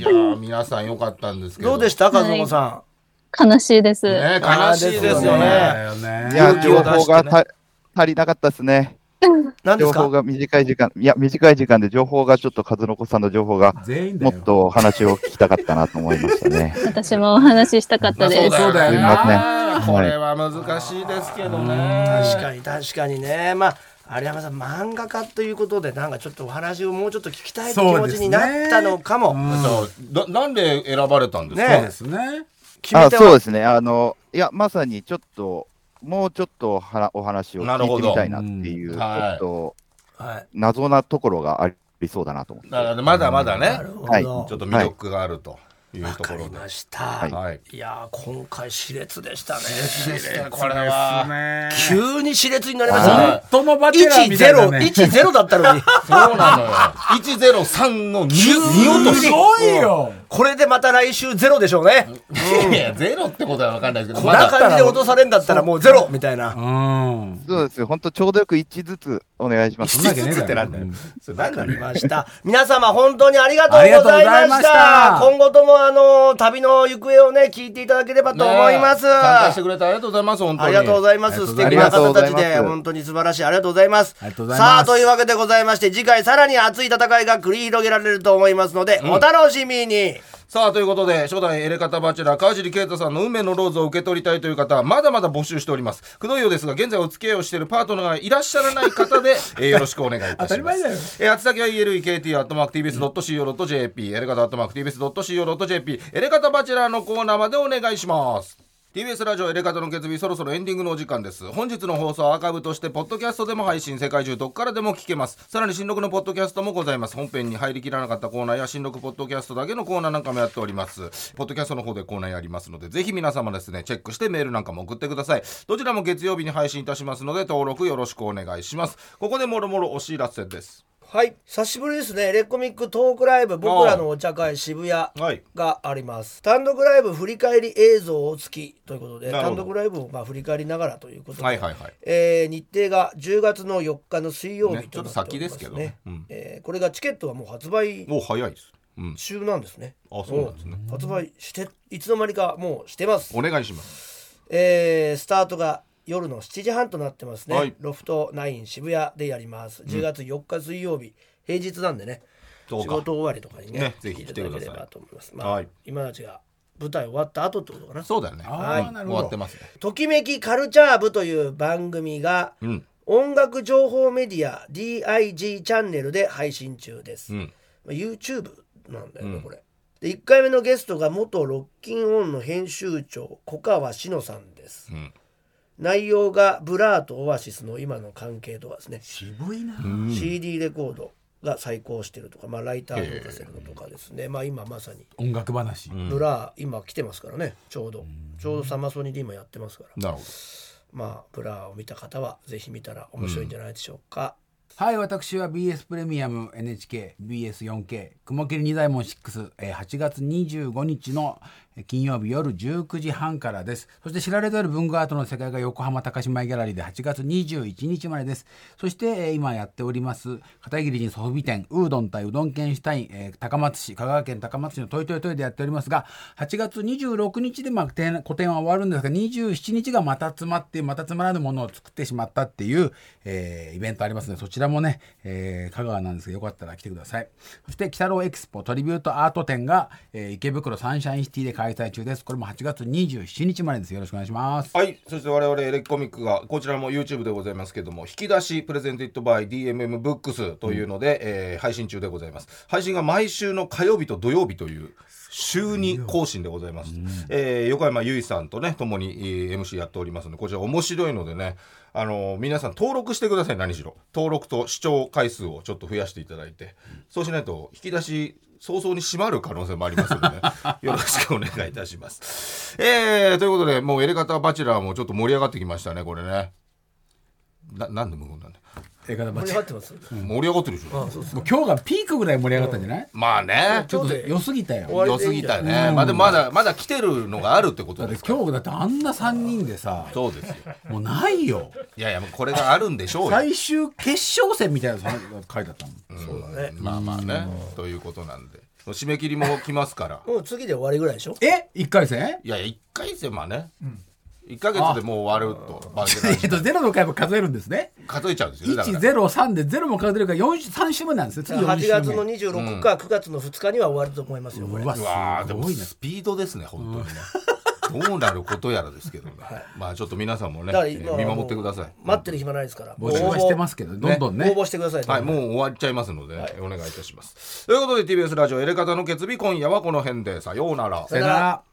Speaker 2: やー皆さんよかったんですけど
Speaker 1: どうでした、和の子さ
Speaker 8: 悲しいです。
Speaker 2: ね悲しいです
Speaker 1: そう
Speaker 2: よね
Speaker 1: ね
Speaker 3: だよね
Speaker 5: いや、
Speaker 2: 勇気を
Speaker 5: 情
Speaker 2: 出してね
Speaker 5: 報がた足りなかったですね。
Speaker 1: ん。何で
Speaker 5: 情
Speaker 1: す
Speaker 5: 報
Speaker 1: か
Speaker 5: が短い時間、いや、短い時間で情報がちょっと和の子さんの情報が、
Speaker 3: 全員だ
Speaker 5: も
Speaker 3: よ
Speaker 5: っとお話を聞きたかったなと思いましたね。
Speaker 8: 私もお話ししたかっ
Speaker 2: ま
Speaker 8: た
Speaker 2: あ
Speaker 8: です。
Speaker 2: そうだよ
Speaker 5: すい
Speaker 2: な
Speaker 5: ません
Speaker 2: これは難しいですけどね
Speaker 1: 確かに、確かにね、まあ、有山さん、漫画家ということで、なんかちょっとお話をもうちょっと聞きたいって気
Speaker 3: そう
Speaker 1: 持
Speaker 3: です
Speaker 1: ち
Speaker 3: ね
Speaker 1: になったのかも。
Speaker 2: そうななんで選ばれたんですか
Speaker 1: ね
Speaker 3: そうですね
Speaker 1: 決め
Speaker 5: あ
Speaker 1: 手
Speaker 5: そう
Speaker 1: は
Speaker 5: ですね。あの、いや、まさにちょっと、もうちょっとはなお話を
Speaker 2: なる
Speaker 5: 聞い
Speaker 2: ほ
Speaker 5: て
Speaker 2: ど
Speaker 5: みたいなっていう、
Speaker 2: う
Speaker 5: ち
Speaker 2: ん
Speaker 5: ょ
Speaker 2: はい
Speaker 5: っと
Speaker 1: はい。
Speaker 5: 謎なところがありそうだなと思って。
Speaker 2: だからまだまだね
Speaker 1: な、るほど。
Speaker 5: はい
Speaker 2: ちょっと魅力があるという
Speaker 1: わ
Speaker 2: とこ
Speaker 1: か
Speaker 2: ろ
Speaker 1: り
Speaker 2: で。
Speaker 1: ました。、
Speaker 5: はいい
Speaker 2: はい。
Speaker 1: やー今回熾烈でしたね。
Speaker 2: これは。
Speaker 1: 急に熾烈になりましたね
Speaker 2: は。
Speaker 4: 本当のバチェラー
Speaker 1: 1
Speaker 4: みた
Speaker 1: ゼ
Speaker 4: いだ
Speaker 1: ロ
Speaker 4: ね。
Speaker 1: 一ゼロだったのに。
Speaker 2: そうなのよ。103の2落とし。
Speaker 4: すごいよ。
Speaker 1: これでまた来週ゼロでしょうね。
Speaker 2: いや、ゼロってことは分かんないですけど、
Speaker 1: こん
Speaker 2: ま
Speaker 1: な
Speaker 2: だ、
Speaker 1: 感じで落とされるんだったらもうゼロみたいな。
Speaker 4: うん。
Speaker 5: そうですよ。本当ちょうどよく1ずつお願いします。
Speaker 2: 1ずつってなんだよ。それ何な
Speaker 1: あ
Speaker 2: の
Speaker 1: り
Speaker 2: よ
Speaker 1: ました。 皆様本当にありがとうございま
Speaker 4: ありがとうござ
Speaker 1: し
Speaker 4: い
Speaker 1: た。
Speaker 4: ました
Speaker 1: 今後ともあの旅の行方をね聞いていただければと思います。
Speaker 2: ねえ参加してくれてありがとうございます、本当に。
Speaker 1: ありがとうご
Speaker 2: い
Speaker 1: ざいます。素
Speaker 5: あ
Speaker 1: 敵
Speaker 5: り
Speaker 1: な
Speaker 5: がとう
Speaker 1: 方
Speaker 5: ござ
Speaker 1: た
Speaker 5: い
Speaker 1: ち
Speaker 5: ます
Speaker 1: で、本当に素晴らしい。ありがとうございます。
Speaker 4: ありがとうございます
Speaker 1: さあ、というわけでございまして、次回さらに熱い戦いが繰り広げられると思いますので、お楽しみに。
Speaker 2: さあ、ということで、初代エレカタバチェラー、川尻啓太さんの運命のローズを受け取りたいという方、まだまだ募集しております。くどいようですが、現在お付き合いをしているパートナーがいらっしゃらない方で、えーよろしくお願いいたします。
Speaker 4: 当たり前だよ
Speaker 2: えー、宛先は elekt.tbs.co.jp、エレカタ .tbs.co.jp、エレカタバチェラーのコーナーまでお願いします。TBS ラジオエレカタの決意そろそろエンディングのお時間です本日の放送はアーカイブとしてポッドキャストでも配信世界中どこからでも聞けますさらに新録のポッドキャストもございます本編に入りきらなかったコーナーや新録ポッドキャストだけのコーナーなんかもやっておりますポッドキャストの方でコーナーやりますのでぜひ皆様ですねチェックしてメールなんかも送ってくださいどちらも月曜日に配信いたしますので登録よろしくお願いしますここでもろもろお知らせです
Speaker 1: はい、久しぶりですね。レコミックトークライブ、僕らのお茶会渋谷
Speaker 2: はい
Speaker 1: があります。単独ライブ振り返り映像付きということで、
Speaker 2: なるほ
Speaker 1: 単
Speaker 2: ど
Speaker 1: 独ライブをまあ振り返りながらということで、
Speaker 2: はいはいはい
Speaker 1: えー日程が10月の4日の水曜日
Speaker 2: ねちょ
Speaker 1: とな
Speaker 2: っと
Speaker 1: っております、ね
Speaker 2: 先ですけどねうん
Speaker 1: えーこれがチケットはもう発売
Speaker 2: お早いですうん
Speaker 1: 中なんですね。
Speaker 2: あそうなんですね
Speaker 1: うん発売していつの間にかもうしてます
Speaker 2: お。願いします
Speaker 1: えースタートが夜の7時半となってますね。
Speaker 2: はい
Speaker 1: ロフト9渋谷でやります。10月4日水曜日、平日なんでね。
Speaker 2: どう
Speaker 1: 仕
Speaker 2: か
Speaker 1: 事終わりとかにね
Speaker 2: ねぜひ来てくださ
Speaker 1: 来ただけ
Speaker 2: い
Speaker 1: ればと思います。まあ、
Speaker 2: はい
Speaker 1: 今たちが舞台終わった後ってことかな。
Speaker 2: そうだよね
Speaker 4: あ
Speaker 1: は
Speaker 4: あ、
Speaker 1: い
Speaker 4: なる
Speaker 2: 終
Speaker 4: ほ
Speaker 2: わっ
Speaker 4: ど
Speaker 2: て。ますね
Speaker 1: ときめきカルチャー部という番組が、
Speaker 2: うん
Speaker 1: 音楽情報メディア DIG チャンネルで配信中です。
Speaker 2: うん
Speaker 1: まあ YouTube なんだよね、これ。で1回目のゲストが元ロッキンオンの編集長小川志乃さんです、
Speaker 2: ん
Speaker 1: 内容がブラーとオアシスの今の関係とかですね、
Speaker 3: 渋いな。
Speaker 1: CD レコードが再興してるとか、まあ、ライターとかせるのとかですね、まあ、今まさに
Speaker 4: 音楽話。
Speaker 1: ブラー今来てますからねちょうど、ちょうどサマソニで今やってますから、
Speaker 2: なるほ
Speaker 1: まあブラーを見た方はぜひ見たら面白いんじゃないでしょうか、
Speaker 4: はい、私は BS プレミアム NHK、BS4K、雲霧二大門6、えー8月25日のえー金曜日夜19時半からです。そして知られざる文具アートの世界が横浜高島屋ギャラリーで8月21日までです。そして、えー今やっております、片桐にソフビ店、うどん対うどん県主体、えー高松市、香川県高松市のトイトイトイでやっておりますが、8月26日でまあ展個展は終わるんですが、27日がまた詰まって、またつまらぬものを作ってしまったっていう、えーイベントありますので、そちらもね、えー香川なんですが、よかったら来てください。そして、北郎エキスポトリビュートアート展が、えー池袋サンシャインシティで開催中です。これも8月27日までです。よろしくお願いします。
Speaker 2: どはいそして我々エレキコミックがこちらも YouTube でございますけども引き出しプレゼンティットバイ DMM ブックスというので、えー配信中でございます配信が毎週の火曜日と土曜日という週に更新でございます、えー横山由依さんとね共に、えー MC やっておりますのでこちら面白いのでねあのー皆さん登録してください何しろ登録と視聴回数をちょっと増やしていただいて、そうしないと引き出し早々に閉まる可能性もありますの で、ね、よろしくお願いいたします。えー、ということで、もうエレガタバチェラーもちょっと盛り上がってきましたね、これね。ななんで無言なんだ、
Speaker 4: 映画だ
Speaker 1: 盛り上がってます、
Speaker 2: 盛り上がってるでしょ。
Speaker 1: あそうです
Speaker 4: もう今日がピークぐらい盛り上がったんじゃない
Speaker 2: まあね、
Speaker 1: ちょっと
Speaker 4: 良すぎたよ。
Speaker 1: 終わ
Speaker 2: 良
Speaker 1: りですいいん
Speaker 2: ぎ
Speaker 1: じゃな
Speaker 2: た
Speaker 1: い
Speaker 2: ね。まあでもまだ、まだ来てるのがあるってこと
Speaker 4: だっ
Speaker 2: で
Speaker 4: て
Speaker 2: すから。
Speaker 4: 今日だってあんな3人でさ、
Speaker 2: そうですよ。
Speaker 4: もうないよ。
Speaker 2: いやいや、もうこれがあるんでしょうよ。
Speaker 4: 最終決勝戦みたいなの書いてあったもん。
Speaker 1: そうだね、
Speaker 2: まあまあね、ということなんで。締め切りも来ますから。
Speaker 1: もう次で終わりぐらいでしょ
Speaker 4: え一回戦
Speaker 2: いやいや、1回戦はね、1ヶ月でもう終わると、バチェラ
Speaker 4: えっと、
Speaker 2: ー
Speaker 4: ゼロの回も数えるんですね。
Speaker 2: 数えちゃうんですよね。だから
Speaker 4: 1、0、3でゼロも数えるから、4、3週目なんですよ。次4
Speaker 1: 8月の
Speaker 4: 週目。
Speaker 1: 26か9月の2日には終わると思いますよ、これ
Speaker 4: うわ、
Speaker 2: うわー
Speaker 4: す
Speaker 2: でも
Speaker 4: ごいね。
Speaker 2: スピードですね本当にねどうなることやらですけどね、まあちょっと皆さんもね、
Speaker 1: だから
Speaker 2: え
Speaker 1: 今
Speaker 2: ー見守ってください
Speaker 1: 待ってる暇ないですから
Speaker 4: 募集はしてますけど、どんどんね
Speaker 1: 応。募してください、
Speaker 2: はい、もう
Speaker 1: う
Speaker 2: 終わっちゃいますので、お願いいたします。ということで TBS ラジオエレカタの決日今夜はこの辺でさようなら。
Speaker 4: さよなら。